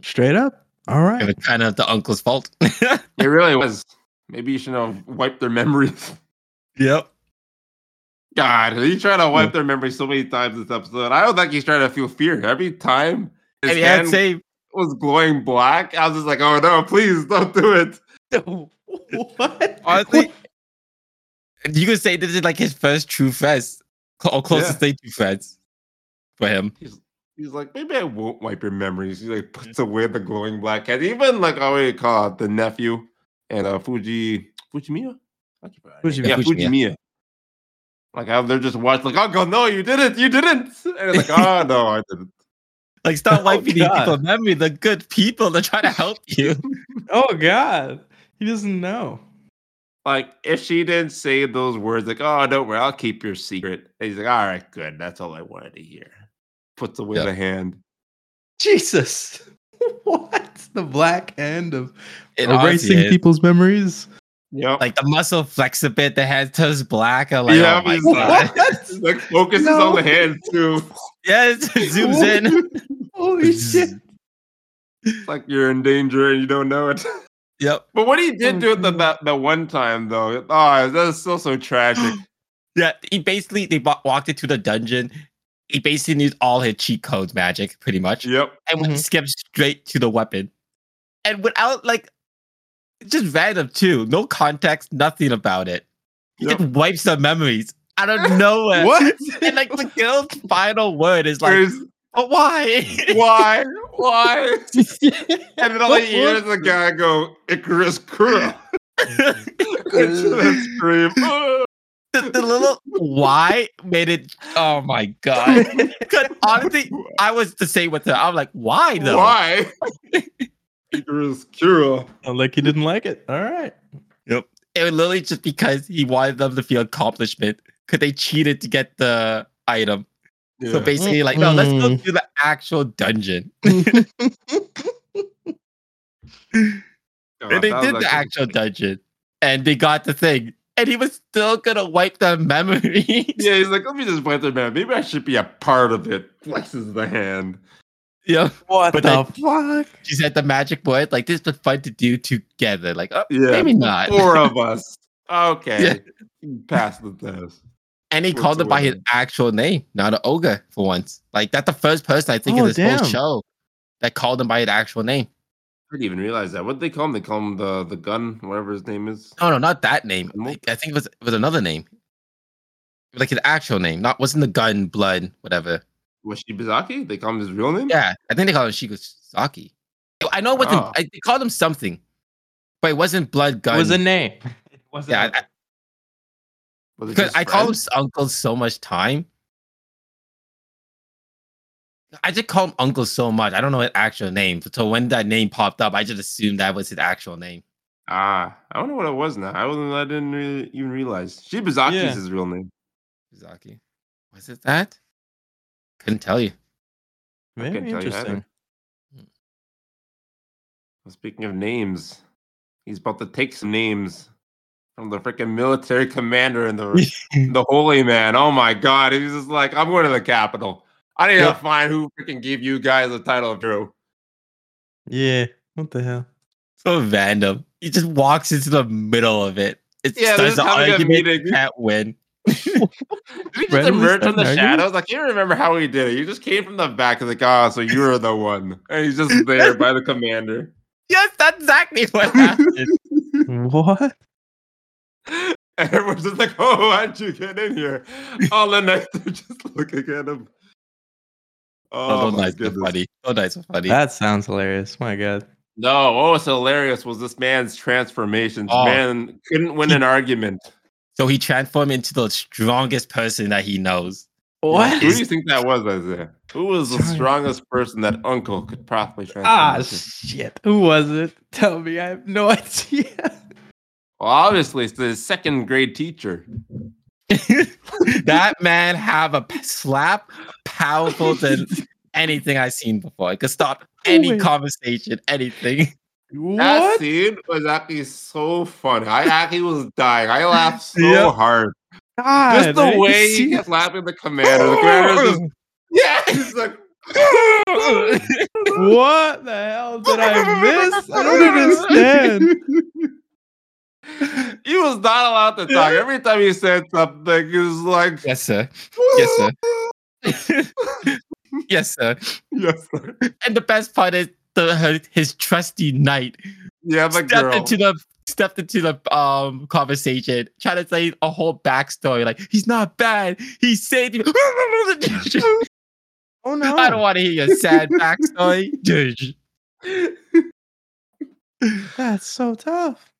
Speaker 3: Straight up. All
Speaker 2: It
Speaker 3: right.
Speaker 2: was kind of the uncle's fault.
Speaker 1: It really was. Maybe you should have wiped their memories.
Speaker 2: yep.
Speaker 1: God, he's trying to
Speaker 2: Mm.
Speaker 1: wipe their memory so many times this episode. I don't think he's trying to feel fear. Every time his
Speaker 2: And he had
Speaker 1: hand
Speaker 2: saved.
Speaker 1: was glowing black, I was just like, oh no, please don't do it.
Speaker 3: what?
Speaker 2: Honestly, you could say this is like his first true fest, cl- or closest
Speaker 1: Yeah.
Speaker 2: thing to fest for him.
Speaker 1: He's like, maybe I won't wipe your memories. He like puts away the glowing black head. Even like I already call it the nephew and uh Fuji Fujimiya? I forgot her name.
Speaker 2: Fujimiya.
Speaker 1: Yeah,
Speaker 2: Fujimiya.
Speaker 1: Fujimiya. Like how they're just watching, like, oh god, no, you didn't, you didn't. And it's like, oh no, I didn't.
Speaker 2: Like, stop
Speaker 3: Oh,
Speaker 2: wiping these
Speaker 3: God.
Speaker 2: people's memory. The good people that try to help you.
Speaker 3: Oh God. He doesn't know.
Speaker 1: Like, if she didn't say those words, like, oh, don't worry, I'll keep your secret. And he's like, all right, good. That's all I wanted to hear. Puts away
Speaker 2: Yeah.
Speaker 1: the hand.
Speaker 3: Jesus. what? The black end of
Speaker 2: It honestly
Speaker 3: erasing
Speaker 2: is.
Speaker 3: people's memories.
Speaker 1: Yep.
Speaker 2: Like the muscle flex a bit, the head turns black. I'm like,
Speaker 1: Yeah,
Speaker 2: oh my
Speaker 1: he's
Speaker 2: God.
Speaker 1: He's like, focuses
Speaker 3: No.
Speaker 1: on the hand too.
Speaker 2: yes, it zooms in.
Speaker 3: Holy shit.
Speaker 1: It's like you're in danger and you don't know it. Mm-hmm.
Speaker 2: Yep.
Speaker 1: But what he did
Speaker 3: Oh,
Speaker 1: do it the,
Speaker 3: God.
Speaker 1: that, that one time though, oh, that's still so tragic.
Speaker 2: Yeah, he basically they bo- walked into the dungeon. He basically used all his cheat codes magic, pretty much,
Speaker 1: yep.
Speaker 2: and went
Speaker 3: Mhm.
Speaker 2: skipped straight to the weapon, and without like, just random too, no context, nothing about it. He
Speaker 1: Yep.
Speaker 2: just wipes the memories out of nowhere.
Speaker 1: What?
Speaker 2: And like the girl's final word is like,
Speaker 1: There's-
Speaker 2: "But why?"
Speaker 1: why? Why? And then all
Speaker 2: What
Speaker 1: the years
Speaker 2: was
Speaker 1: the guy go, Icarus Kura. Into the scream. Oh.
Speaker 2: the, the little why made it. Oh my god! 'Cause honestly, I was the same with her. I'm like, why though?
Speaker 1: Why? Icarus Kura.
Speaker 3: Sound like he didn't like it. All right.
Speaker 2: It was literally just because he wanted them to feel accomplishment because they cheated to get the item. So
Speaker 1: Yeah.
Speaker 2: basically, like, no, let's go
Speaker 3: Mm-mm.
Speaker 2: to the actual dungeon.
Speaker 1: God,
Speaker 2: And they
Speaker 1: Oh, that was
Speaker 2: did the
Speaker 1: actually-
Speaker 2: actual dungeon, and they got the thing. And he was still gonna wipe their memories.
Speaker 1: Yeah, he's like, let me just wipe their man. Maybe I should be a part of it. Flexes the hand.
Speaker 2: yeah.
Speaker 3: What
Speaker 2: But
Speaker 3: the fuck?
Speaker 2: She said the magic word. Like, this was fun to do together. Like, oh,
Speaker 1: Yeah.
Speaker 2: maybe not.
Speaker 1: Four of us. Okay. Pass the test.
Speaker 2: and he
Speaker 1: Or
Speaker 2: called it by his
Speaker 1: Jordan.
Speaker 2: actual name, not an ogre for once. Like, that's the first person I think in
Speaker 3: Oh,
Speaker 2: this
Speaker 3: damn.
Speaker 2: whole show that called him by his actual name.
Speaker 1: I didn't even realize that. What did they call him? They call him the, the gun, whatever his name is.
Speaker 2: No, no, not that name.
Speaker 1: Nope.
Speaker 2: Like, I think it was it was another name, like his actual name. Not wasn't the gun blood whatever.
Speaker 1: Was Shibazaki? They call him his real name?
Speaker 2: Yeah, I think they called him Shikosaki. I know it wasn't.
Speaker 1: Oh.
Speaker 2: I, they called him something, but it wasn't blood gun.
Speaker 3: It was a name. It wasn't
Speaker 2: yeah,
Speaker 3: a-
Speaker 2: I-
Speaker 1: Was it
Speaker 2: because
Speaker 1: just
Speaker 2: I called him
Speaker 1: friends?
Speaker 2: Uncle so much time. I just called him Uncle so much. I don't know his actual name. So when that name popped up, I just assumed that was his actual name.
Speaker 1: Ah, I don't know what it was now. I wasn't. I didn't really even realize Shibazaki
Speaker 3: Yeah.
Speaker 1: is his real name.
Speaker 2: Shikosaki. Was it that? Couldn't tell you.
Speaker 1: couldn't
Speaker 3: Very
Speaker 1: tell you
Speaker 3: interesting.
Speaker 1: either. Well, Speaking of names, he's about to take some names from the freaking military commander and the the holy man. Oh my god, he's just like, I'm going to the capital. I need
Speaker 2: Yeah.
Speaker 1: to find who freaking gave you guys the title of hero.
Speaker 3: Yeah. What the hell?
Speaker 2: So random. He just walks into the middle of it. It
Speaker 1: Yeah, they're
Speaker 2: starts
Speaker 1: just
Speaker 2: an
Speaker 1: having a
Speaker 2: argument.
Speaker 1: meeting.
Speaker 2: Can't win.
Speaker 1: Did he just
Speaker 3: Randomly
Speaker 1: emerge from the
Speaker 3: started an argument?
Speaker 1: shadows? I can't remember how he did it. You just came from the back and like, ah, so you were the one. And he's just there by the commander.
Speaker 2: Yes, that's exactly what happened.
Speaker 3: What?
Speaker 1: And everyone's just like, oh, how'd you get in here? All the knights are just looking at him.
Speaker 2: Oh,
Speaker 1: Oh,
Speaker 2: those
Speaker 1: my
Speaker 2: nights were
Speaker 1: goodness.
Speaker 2: funny. Those nights were funny.
Speaker 3: That sounds hilarious. My God.
Speaker 1: No, what was hilarious was this man's transformations.
Speaker 2: Oh.
Speaker 1: Man couldn't win an argument.
Speaker 2: so he transformed into the strongest person that he knows.
Speaker 1: Who do you think that was, Isaiah? Who was the
Speaker 3: Giant.
Speaker 1: strongest person that Uncle could possibly transform?
Speaker 3: Ah,
Speaker 1: into?
Speaker 3: shit. Who was it? Tell me. I have no idea.
Speaker 1: well, obviously, it's the second grade teacher.
Speaker 2: that man have a p- slap powerful than anything I've seen before. It could stop any
Speaker 3: Wait.
Speaker 2: conversation, anything.
Speaker 1: That
Speaker 3: What?
Speaker 1: scene was actually so funny. I actually was dying. I laughed so
Speaker 2: Yeah.
Speaker 1: hard.
Speaker 3: God,
Speaker 1: Just the
Speaker 3: man, you
Speaker 1: way
Speaker 3: see-
Speaker 1: he's laughing the commander. The commander's just yeah. He's like,
Speaker 3: What the hell did I miss? I don't understand.
Speaker 1: he was not allowed to talk. Every time he said something, he was like,
Speaker 2: Yes, sir. Yes, sir. yes, sir.
Speaker 1: yes, sir.
Speaker 2: And the best part is the her, his trusty knight
Speaker 1: Yeah, but
Speaker 2: stepped
Speaker 1: girl.
Speaker 2: into the stepped into the um conversation, trying to say a whole backstory. Like he's not bad. He saved you.
Speaker 3: Oh
Speaker 2: I don't want to hear your sad backstory.
Speaker 3: That's so tough.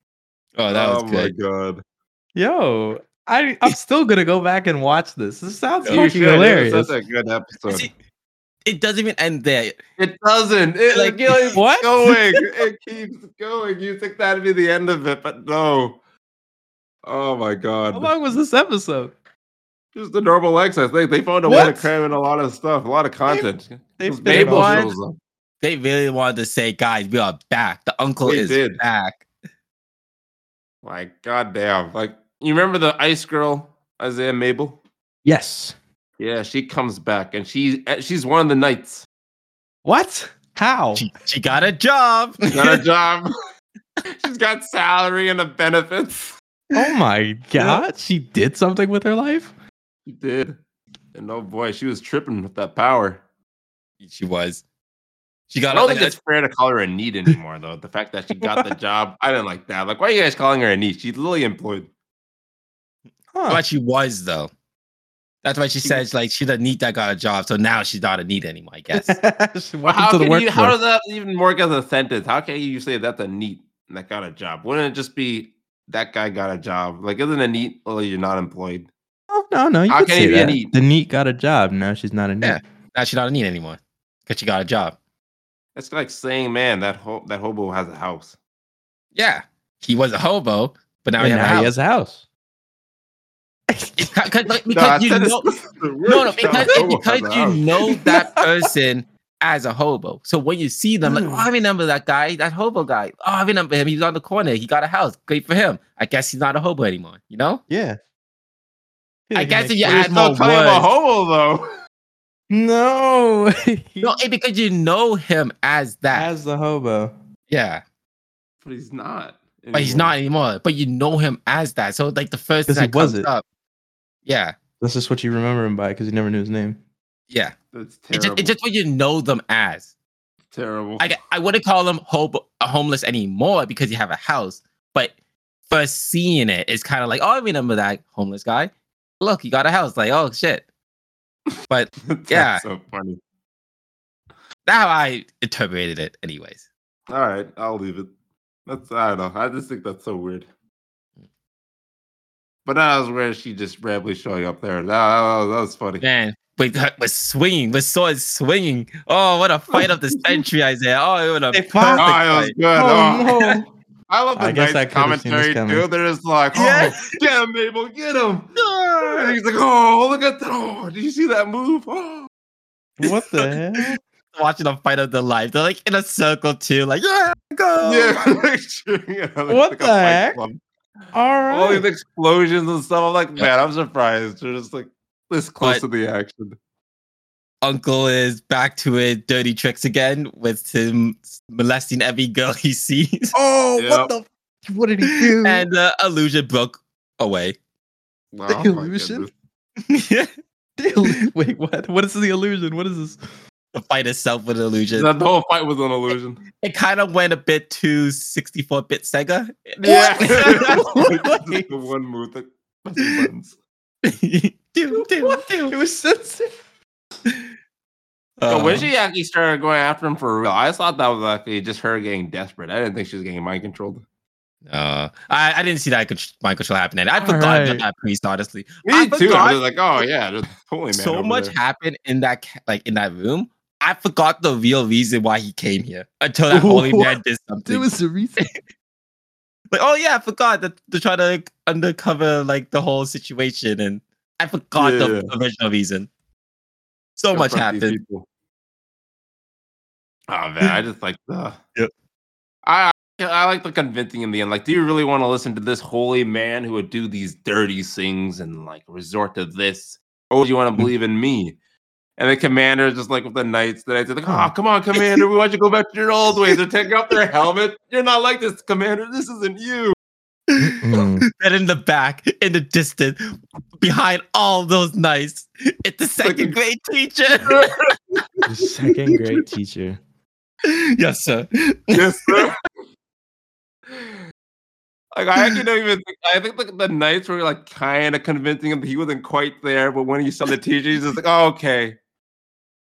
Speaker 2: oh, that was
Speaker 1: oh
Speaker 2: good.
Speaker 1: my god.
Speaker 3: Yo, I I'm still gonna go back and watch this. This sounds
Speaker 2: You
Speaker 3: fucking
Speaker 1: should. It was
Speaker 3: hilarious.
Speaker 1: Such a good episode.
Speaker 2: See, it doesn't even end there.
Speaker 1: It doesn't. It
Speaker 2: Like,
Speaker 1: like keeps
Speaker 3: what?
Speaker 1: going. it keeps going. You think that'd be the end of it, but no. Oh my god.
Speaker 3: How long was this episode?
Speaker 1: Just a normal exercise. They they found a way
Speaker 3: What?
Speaker 1: to cram in a lot of stuff, a lot of content.
Speaker 3: They
Speaker 1: Just
Speaker 3: fit it
Speaker 1: Babel
Speaker 3: all.
Speaker 2: on.
Speaker 1: shows up.
Speaker 2: They really wanted to say, guys, we are back. The uncle
Speaker 1: They
Speaker 2: is
Speaker 1: did.
Speaker 2: back.
Speaker 1: Like goddamn. Like you remember the ice girl Isaiah Mabel?
Speaker 3: Yes.
Speaker 1: Yeah, she comes back and she eh, she's one of the knights.
Speaker 3: What? How?
Speaker 2: She, she got a job.
Speaker 1: Got a job. she's got salary and the benefits.
Speaker 3: Oh my god, she did something with her life?
Speaker 1: She did. And oh boy, she was tripping with that power.
Speaker 2: she was. She
Speaker 1: I
Speaker 2: got
Speaker 1: don't
Speaker 2: like,
Speaker 1: think it's fair to call her a need anymore, though. The fact that she got the job, I didn't like that. Like, why are you guys calling her a need? She's literally employed.
Speaker 3: Huh.
Speaker 2: that's what she was though. That's why she says like she's a neat that got a job, so now she's not a neat anymore. I guess.
Speaker 3: She went
Speaker 1: how
Speaker 3: into the
Speaker 1: can you, how does
Speaker 3: workforce.
Speaker 1: that even work as a sentence? How can you say that's a neat that got a job? Wouldn't it just be that guy got a job? Like, isn't a neat? Well, you're not employed.
Speaker 3: Oh, no, no, you
Speaker 1: How
Speaker 3: can
Speaker 1: can
Speaker 3: say
Speaker 1: you be a
Speaker 3: that.
Speaker 1: neat?
Speaker 3: The neat got a job. Now she's not a neat.
Speaker 2: Yeah. now she's not a neat anymore because she got a job.
Speaker 1: That's like saying, man, that ho- that hobo has a house.
Speaker 2: Yeah, he was a hobo, but now
Speaker 3: and
Speaker 2: he has a
Speaker 3: now he
Speaker 2: house.
Speaker 3: has a house.
Speaker 2: It's ca- 'cause, like,
Speaker 1: No, I
Speaker 2: because you
Speaker 1: said it's
Speaker 2: know,
Speaker 1: supposed to work.
Speaker 2: no, no,
Speaker 1: That
Speaker 2: because,
Speaker 1: hobo
Speaker 2: because
Speaker 1: has a
Speaker 2: you
Speaker 1: house.
Speaker 2: know that person as a hobo. So when you see them, like, oh, I remember that guy, that hobo guy. Oh, I remember him. He was on the corner. He got a house. Great for him. I guess he's not a hobo anymore. You know?
Speaker 3: Yeah.
Speaker 2: I guess if you
Speaker 1: You're
Speaker 2: add
Speaker 1: still
Speaker 2: more
Speaker 1: talking about
Speaker 2: words,
Speaker 1: hobo though.
Speaker 3: No.
Speaker 2: no, it- because you know him as that.
Speaker 3: As the hobo.
Speaker 2: yeah,
Speaker 1: But he's not.
Speaker 2: but he's not anymore. But you know him as that. So like the first thing
Speaker 3: 'Cause
Speaker 2: that
Speaker 3: he was
Speaker 2: comes
Speaker 3: it.
Speaker 2: up. Yeah,
Speaker 3: That's just what you remember him by because you never knew his name.
Speaker 2: yeah.
Speaker 1: That's
Speaker 2: It's
Speaker 1: terrible.
Speaker 2: just, it's just what you know them as.
Speaker 1: terrible.
Speaker 2: I, I wouldn't call him hobo, a homeless anymore because you have a house. But first seeing it, it's kind of like, oh, I remember that homeless guy. Look, he got a house. Like, oh shit. But
Speaker 1: That's
Speaker 2: Yeah.
Speaker 1: so funny.
Speaker 2: that's how I interpreted it, anyways.
Speaker 1: All right, I'll leave it. That's I don't know. I just think that's so weird.
Speaker 3: Mm.
Speaker 1: But that was where she just randomly showing up there. That, that was, that was funny.
Speaker 2: Man, with uh, with swinging, with swords swinging. Oh, what a fight of the century, Isaiah. Oh, what a
Speaker 3: They
Speaker 2: perfect
Speaker 1: Oh,
Speaker 3: fought.
Speaker 1: that was
Speaker 2: fight.
Speaker 1: good. Oh,
Speaker 3: no.
Speaker 1: I love the
Speaker 3: I guess I
Speaker 1: nice
Speaker 3: could've seen this
Speaker 1: commentary
Speaker 3: coming.
Speaker 1: too. They're just like, oh,
Speaker 2: Yeah.
Speaker 1: get him, Mabel, get him. And he's like, oh, look at that. Oh, did you see that move? Oh.
Speaker 3: what the hell?
Speaker 2: Watching a fight of the life. They're like in a circle too, like, yeah, go.
Speaker 1: Yeah, like cheering it on, like-
Speaker 3: What
Speaker 1: like a
Speaker 3: the
Speaker 1: fight
Speaker 3: heck?
Speaker 1: club.
Speaker 3: All right.
Speaker 1: All these explosions and stuff. I'm like,
Speaker 2: Yeah.
Speaker 1: man, I'm surprised. They're just like this close
Speaker 2: But-
Speaker 1: to the action.
Speaker 2: uncle is back to his dirty tricks again with him molesting every girl he sees.
Speaker 3: oh,
Speaker 1: Yep.
Speaker 3: what the? What did he do?
Speaker 2: and the illusion broke away.
Speaker 1: Wow,
Speaker 3: The
Speaker 1: oh my
Speaker 3: illusion?
Speaker 1: goodness.
Speaker 2: the
Speaker 3: Wait, what? What is the illusion? What is this?
Speaker 2: fight itself was an illusion.
Speaker 1: That the whole fight was an illusion.
Speaker 2: It kind of went a bit too 64 bit Sega.
Speaker 1: the one move that pressing buttons.
Speaker 2: do, do, do.
Speaker 3: It was sensitive.
Speaker 1: Yo, when
Speaker 2: Uh,
Speaker 1: she actually started going after him for real, I thought that was actually just her getting desperate. I didn't think she was getting mind controlled.
Speaker 2: uh, I, I didn't see that con- mind control happening. I forgot about
Speaker 3: right.
Speaker 2: that priest, honestly.
Speaker 1: Me
Speaker 2: I
Speaker 1: too.
Speaker 2: forgot-
Speaker 1: I was like, oh yeah, just holy man.
Speaker 2: so
Speaker 1: over
Speaker 2: much
Speaker 1: there.
Speaker 2: happened in that ca- like in that room. I forgot the real reason why he came here until that holy man did something.
Speaker 3: There was a reason.
Speaker 2: like, oh yeah, I forgot that to try to undercover like the whole situation, and I forgot
Speaker 1: Yeah.
Speaker 2: the original reason. So much
Speaker 1: confront these
Speaker 2: happened.
Speaker 1: people. Oh man, I just like the.
Speaker 2: Yep.
Speaker 1: I I like the convincing in the end. Like, do you really want to listen to this holy man who would do these dirty things and like resort to this, or do you
Speaker 2: Mm-hmm.
Speaker 1: want to believe in me? And the commander is just like with the knights. The knights are like, "Oh,
Speaker 2: Mm-hmm.
Speaker 1: come on, commander, we want you to go back to your old ways." They're taking off their helmet. You're not like this, commander. This isn't you.
Speaker 3: Hmm,
Speaker 2: Then in the back, in the distance, behind all those knights, it's the second grade teacher.
Speaker 3: The second grade teacher.
Speaker 2: yes, sir.
Speaker 1: yes, sir. Like I actually don't even. Think, I think like the knights were like kind of convincing him that he wasn't quite there, but when he saw the teacher, he's just like, "Oh, okay."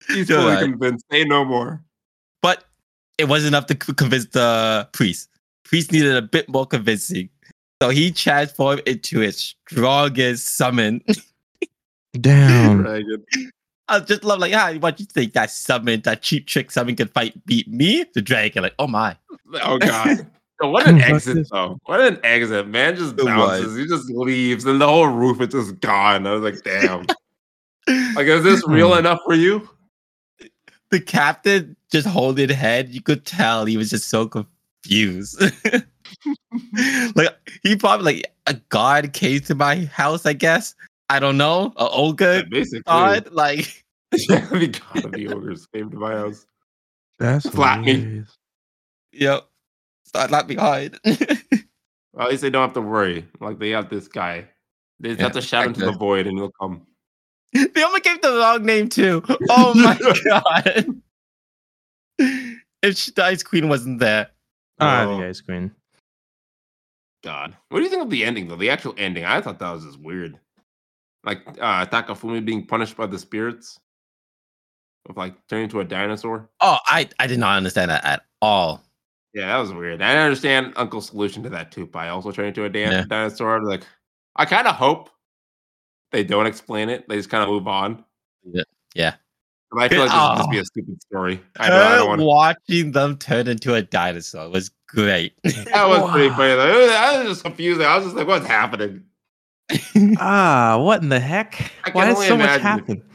Speaker 1: He's
Speaker 2: You're
Speaker 1: fully
Speaker 2: right.
Speaker 1: convinced. Say no more.
Speaker 2: But it wasn't enough to c- convince the priest. Priest needed a bit more convincing. So he transformed into his strongest summon.
Speaker 3: Damn.
Speaker 1: Dragon.
Speaker 2: I just love like, ah, what you think that summon, that cheap trick summon can fight beat me? The dragon, like, oh my.
Speaker 1: Oh god. Yo, What an
Speaker 3: Fuck
Speaker 1: exit
Speaker 3: this.
Speaker 1: though. What an exit. Man just
Speaker 2: It was.
Speaker 1: bounces. He just leaves and the whole roof is just gone. I was like, damn. like, is this
Speaker 2: Hmm.
Speaker 1: real enough for you?
Speaker 2: the captain just holding head, you could tell he was just so confused. like he probably like a god came to my house, I guess. I don't know, a ogre
Speaker 1: Yeah, basically.
Speaker 2: god. Like
Speaker 1: Yeah, the god of the ogres came to my house.
Speaker 3: That's
Speaker 1: Slap me.
Speaker 3: hilarious.
Speaker 2: yep, start not behind.
Speaker 1: Well, at least they don't have to worry. Like they have this guy. They just
Speaker 2: Yeah,
Speaker 1: have to shout him to the
Speaker 2: exactly.
Speaker 1: void and he'll come.
Speaker 2: they only gave the wrong name too. Oh my god! If she- the Ice Queen wasn't there,
Speaker 3: Ah,
Speaker 1: Oh,
Speaker 3: the ice queen.
Speaker 1: God. What do you think of the ending though? The actual ending. I thought that was just weird. Like uh Takafumi being punished by the spirits. Of like turning into a dinosaur.
Speaker 2: oh, I I did not understand that at all.
Speaker 1: Yeah, that was weird. I understand Uncle's solution to that too by also turning into a damn
Speaker 2: Yeah.
Speaker 1: dinosaur. Like, I kind of hope they don't explain it. They just kind of move on.
Speaker 2: Yeah. Yeah.
Speaker 1: But I feel like this would just be
Speaker 2: Oh.
Speaker 1: a stupid story. I know. I
Speaker 2: Her
Speaker 1: don't want to.
Speaker 2: watching them turn into a dinosaur was great.
Speaker 1: That was pretty funny. Though. It was- I was just confused. I was just like, "What's happening?"
Speaker 3: Ah, what in the heck?
Speaker 1: I
Speaker 3: Why
Speaker 1: can
Speaker 3: did
Speaker 1: only
Speaker 3: so much
Speaker 1: imagine.
Speaker 3: happen?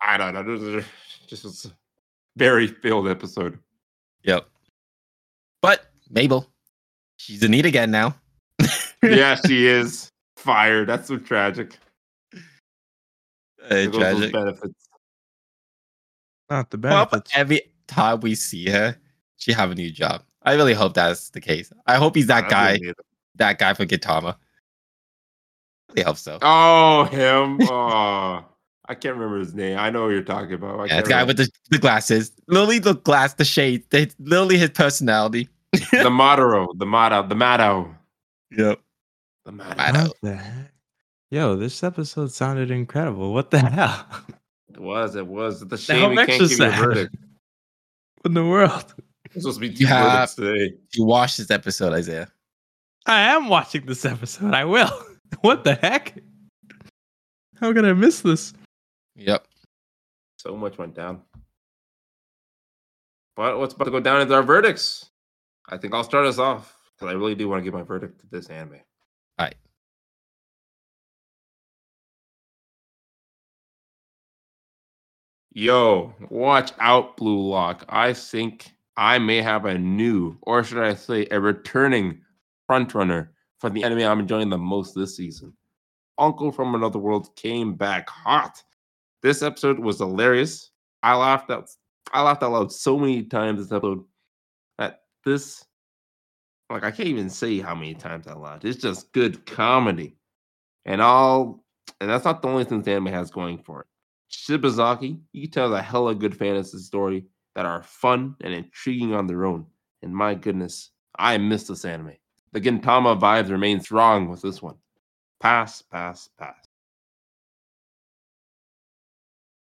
Speaker 1: I don't know. This is just was a very filled episode.
Speaker 2: Yep. But Mabel, she's in need again now.
Speaker 1: yeah, she is fired. That's so tragic.
Speaker 2: Uh,
Speaker 1: There goes those
Speaker 2: tragic.
Speaker 1: benefits.
Speaker 3: Not the
Speaker 2: Well,
Speaker 3: benefits.
Speaker 2: every time we see her, she have a new job. I really hope that's the case. I hope he's
Speaker 1: That'd
Speaker 2: that
Speaker 1: be
Speaker 2: guy,
Speaker 1: amazing.
Speaker 2: that guy for Gitama. Really hope so.
Speaker 1: Oh, him. Oh, I can't remember his name. I know what you're talking about. I
Speaker 2: yeah,
Speaker 1: can't
Speaker 2: the guy
Speaker 1: remember.
Speaker 2: with the, the glasses, literally the glass, the shade, the, literally his personality.
Speaker 1: the Madaro, the Mado, the Mado,
Speaker 2: Yep.
Speaker 1: the
Speaker 2: I
Speaker 1: Mado.
Speaker 2: Mado. know.
Speaker 3: What the heck? Yo, this episode sounded incredible. What the hell?
Speaker 1: It was, it was. It's a
Speaker 3: hell
Speaker 1: shame we can't
Speaker 3: makes
Speaker 1: give
Speaker 3: us
Speaker 1: you a
Speaker 3: that?
Speaker 1: verdict.
Speaker 3: In the world.
Speaker 1: It's supposed to be two
Speaker 2: Yeah.
Speaker 1: verdicts today.
Speaker 2: You watched this episode, Isaiah.
Speaker 3: I am watching this episode. I will. What the heck? How can I miss this?
Speaker 2: Yep.
Speaker 1: So much went down. But what's about to go down is our verdicts. I think I'll start us off because I really do want to give my verdict to this anime.
Speaker 2: Alright.
Speaker 1: Yo, watch out, Blue Lock. I think I may have a new, or should I say, a returning frontrunner for the anime I'm enjoying the most this season. Uncle from Another World came back hot. This episode was hilarious. I laughed out I laughed out loud so many times this episode that this like I can't even say how many times I laughed. It's just good comedy. And all and that's not the only thing the anime has going for it. Shibazaki, you can tell is a hella good fantasy story that are fun and intriguing on their own. And my goodness, I miss this anime. The Gintama vibes remain strong with this one. Pass, pass, pass.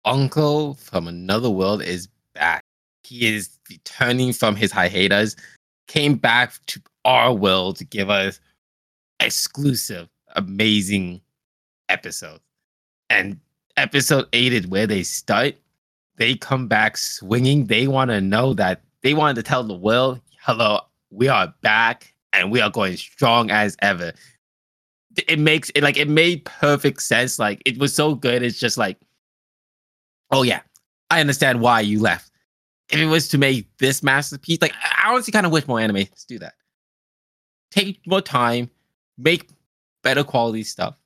Speaker 2: Uncle from another world is back. He is returning from his hiatus, came back to our world to give us exclusive, amazing episodes. And episode eight is where they start. They come back swinging. They want to know that they wanted to tell the world, hello, we are back and we are going strong as ever. It makes it like it made perfect sense. Like it was so good. It's just like, oh yeah, I understand why you left. If it was to make this masterpiece, like I I honestly kind of wish more animes do that. take more time, make better quality stuff.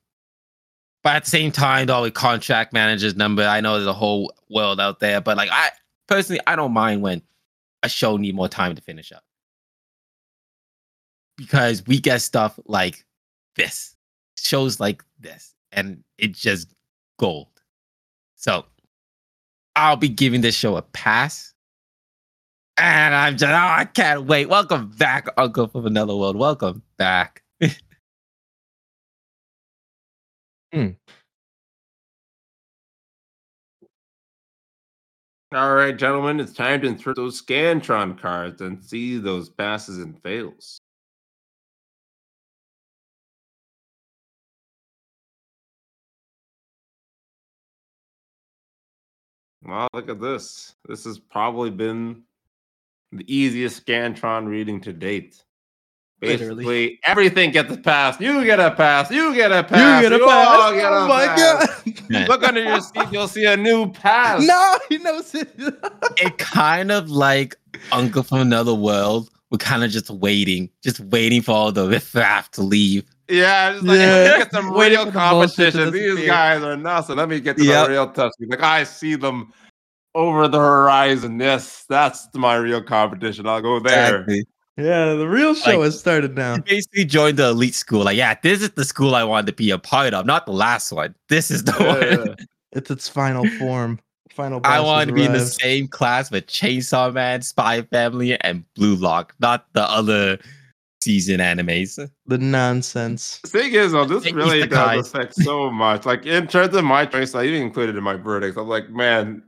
Speaker 2: But at the same time, though, with contract managers number, I know there's a whole world out there, but like I personally, I don't mind when a show need more time to finish up because we get stuff like this, shows like this, and it's just gold. So I'll be giving this show a pass. And I'm just, oh, I can't wait. Welcome back, Uncle from Another World. Welcome back.
Speaker 1: All right, gentlemen, it's time to insert those Scantron cards and see those passes and fails. Wow, look at this. This has probably been the easiest Scantron reading to date.
Speaker 2: Literally.
Speaker 1: Basically, everything gets a pass. You get a pass. You get a pass.
Speaker 3: you get a
Speaker 1: all
Speaker 3: pass.
Speaker 1: get
Speaker 3: oh
Speaker 1: a
Speaker 3: my
Speaker 1: pass.
Speaker 3: god.
Speaker 1: Look under your seat, you'll see a new pass.
Speaker 3: No, he knows it.
Speaker 2: It kind of like Uncle from Another World. We're kind of just waiting, just waiting for all the riffraff to leave.
Speaker 1: Yeah, it's like
Speaker 3: Yeah.
Speaker 1: let me get some
Speaker 3: Waiting
Speaker 1: real
Speaker 3: for the bullshit to
Speaker 1: competition. These
Speaker 3: disappear.
Speaker 1: guys are nothing. Let me get to
Speaker 3: Yep.
Speaker 1: the real tough. He's like, I see them over the horizon. Yes, that's my real competition. I'll go there.
Speaker 2: Exactly.
Speaker 3: yeah, the real show
Speaker 2: Like-
Speaker 3: has started now.
Speaker 2: Basically joined the elite school. Like, yeah, this is the school I wanted to be a part of, not the last one. This is the one.
Speaker 1: Yeah.
Speaker 3: It's its final form. Final.
Speaker 2: I
Speaker 3: boss
Speaker 2: wanted to
Speaker 3: has
Speaker 2: be in the
Speaker 3: arrived.
Speaker 2: same class with Chainsaw Man, Spy Family, and Blue Lock, not the other season animes.
Speaker 3: the nonsense.
Speaker 1: Thing is, though, this
Speaker 2: Think he's
Speaker 1: really
Speaker 2: the
Speaker 1: does
Speaker 2: guy.
Speaker 1: affect so much. Like in terms of my choice, I even included in my verdict. I'm like, man,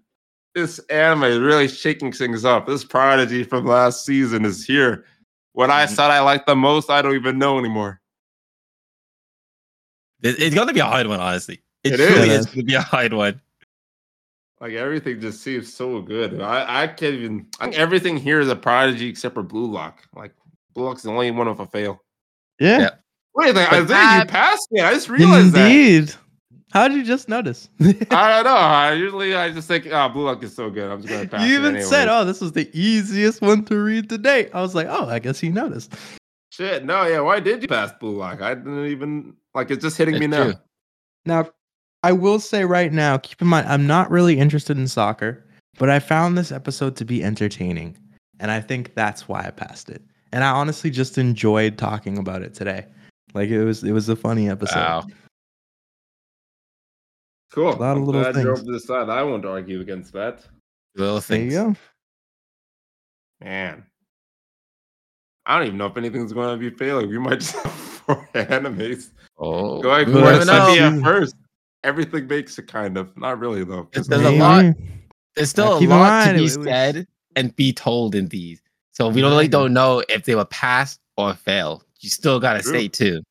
Speaker 1: this anime is really shaking things up. This prodigy from last season is here. What I
Speaker 3: Mm-hmm.
Speaker 2: Mhm.
Speaker 1: thought I liked the most, I don't even know anymore.
Speaker 2: It- It's gonna be a hard one, honestly. It,
Speaker 1: It
Speaker 2: truly is
Speaker 3: is.
Speaker 2: gonna be a hard one.
Speaker 1: Like everything just seems so good. I, I can't even. I think everything here is a prodigy except for Blue Lock. Like Blue Lock's the only one with a fail.
Speaker 3: Yeah,
Speaker 2: Yeah.
Speaker 1: Wait, like, I think you
Speaker 2: that-
Speaker 1: passed me. I just realized
Speaker 3: indeed. How did you just notice? you
Speaker 1: that. I don't know. I usually I just think, oh, Blue Lock is so good. I'm just gonna pass. it
Speaker 3: even said,
Speaker 1: anyways."
Speaker 3: "Oh, this was the easiest one to read today." I was like, "Oh, I guess he noticed."
Speaker 1: shit." No, yeah. Why did you pass Blue Lock? I didn't even like. It's just hitting me
Speaker 2: It's
Speaker 1: now.
Speaker 2: true.
Speaker 3: Now, I will say right now, keep in mind, I'm not really interested in soccer, but I found this episode to be entertaining, and I think that's why I passed it. And I honestly just enjoyed talking about it today. Like it was, it was a funny episode.
Speaker 2: Wow.
Speaker 1: Cool.
Speaker 3: lot of
Speaker 1: I'm
Speaker 3: little
Speaker 1: glad you're
Speaker 3: things.
Speaker 1: over this side. I won't argue against that.
Speaker 2: Little
Speaker 3: There
Speaker 2: things.
Speaker 3: you go.
Speaker 1: Man, I don't even know if anything's going to be failing. We might just have four animes.
Speaker 2: Oh, um,
Speaker 1: Going
Speaker 3: Ooh,
Speaker 1: for
Speaker 3: that's
Speaker 1: it
Speaker 3: not
Speaker 1: Sunday at
Speaker 3: true.
Speaker 1: first. Everything makes it kind of not really though. 'cause
Speaker 2: There's a
Speaker 1: maybe-
Speaker 2: lot- There's still
Speaker 3: Now,
Speaker 2: a
Speaker 3: keep in
Speaker 2: lot to
Speaker 3: mind,
Speaker 2: be
Speaker 3: it was-
Speaker 2: said and be told in these. So we really
Speaker 3: Exactly.
Speaker 2: don't know if they were passed or failed. You still gotta
Speaker 1: True.
Speaker 2: stay tuned.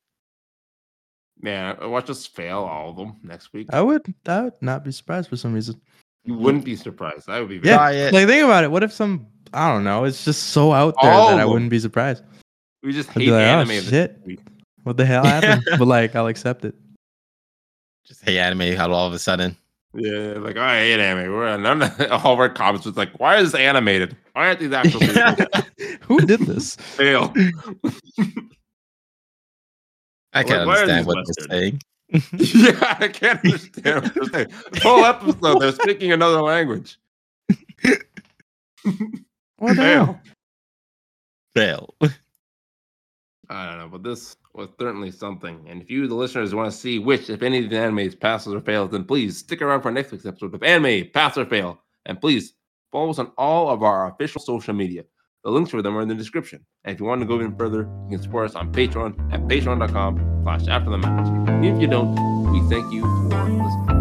Speaker 1: Man, I- watch us fail all of them next week.
Speaker 3: I would, I would not be surprised for some reason.
Speaker 1: You wouldn't be surprised. I would be.
Speaker 3: Yeah,
Speaker 1: very-
Speaker 2: Try it.
Speaker 3: Like, think about it. What if some? I don't know. It's just so out there
Speaker 1: All
Speaker 2: Oh.
Speaker 3: that I
Speaker 1: of 'em.
Speaker 3: wouldn't be surprised.
Speaker 1: We just
Speaker 3: I'd be
Speaker 1: hate
Speaker 3: like, oh,
Speaker 1: anime. this
Speaker 3: shit.
Speaker 1: week.
Speaker 3: What the hell happened? but like, I'll accept it.
Speaker 2: Just hey anime how all of a sudden.
Speaker 1: Yeah, like I hate anime. We're none of all of our comments was like, why is this animated? Why aren't these actual people
Speaker 3: Who did this?
Speaker 1: fail?
Speaker 2: I can't
Speaker 1: Like, why are
Speaker 2: understand
Speaker 1: these
Speaker 2: what they're
Speaker 1: Western?
Speaker 2: saying.
Speaker 1: yeah, I can't understand. What they're saying. The whole episode, they're speaking another language.
Speaker 3: What the
Speaker 1: Fail.
Speaker 3: hell?
Speaker 2: Fail.
Speaker 1: I don't know, but this was certainly something. And if you, the listeners, want to see which, if any of the animes passes or fails, then please stick around for next week's episode of Anime Pass or Fail. And please follow us on all of our official social media. The links for them are in the description. And if you want to go even further, you can support us on Patreon at patreon.com slash after the match. Even if you don't, we thank you for listening.